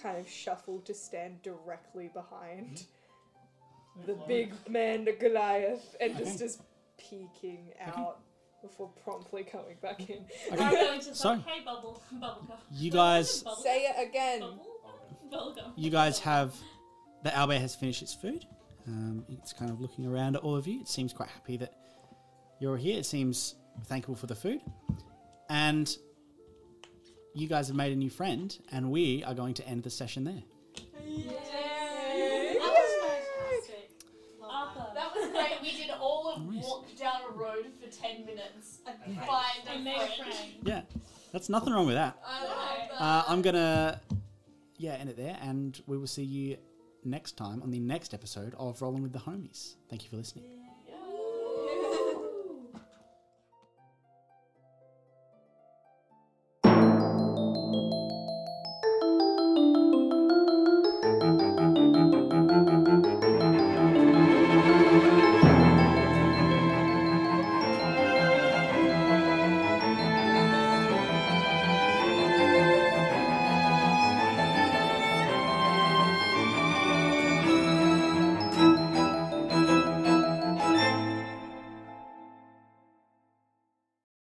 kind of shuffle to stand directly behind [LAUGHS] the big man the Goliath, and just Okay. is peeking out before promptly coming back in. Okay. So- like, hey, bubble, [LAUGHS] bubble gum. You guys, Bubble Say it again. Bubble, bubble gum. you guys have the owlbear has finished its food. Um, it's kind of looking around at all of you. It seems quite happy that you're here. It seems thankful for the food, and you guys have made a new friend, and we are going to end the session there. That was fantastic. Love Arthur. that. That [LAUGHS] was great. We did all of Nice. walk down a road for 10 minutes and Okay. find We a made friend. friends. Yeah, that's nothing wrong with that. I love that. Uh, I'm gonna, yeah, end it there, and we will see you next time on the next episode of Rolling with the Homies. Thank you for listening. Yeah.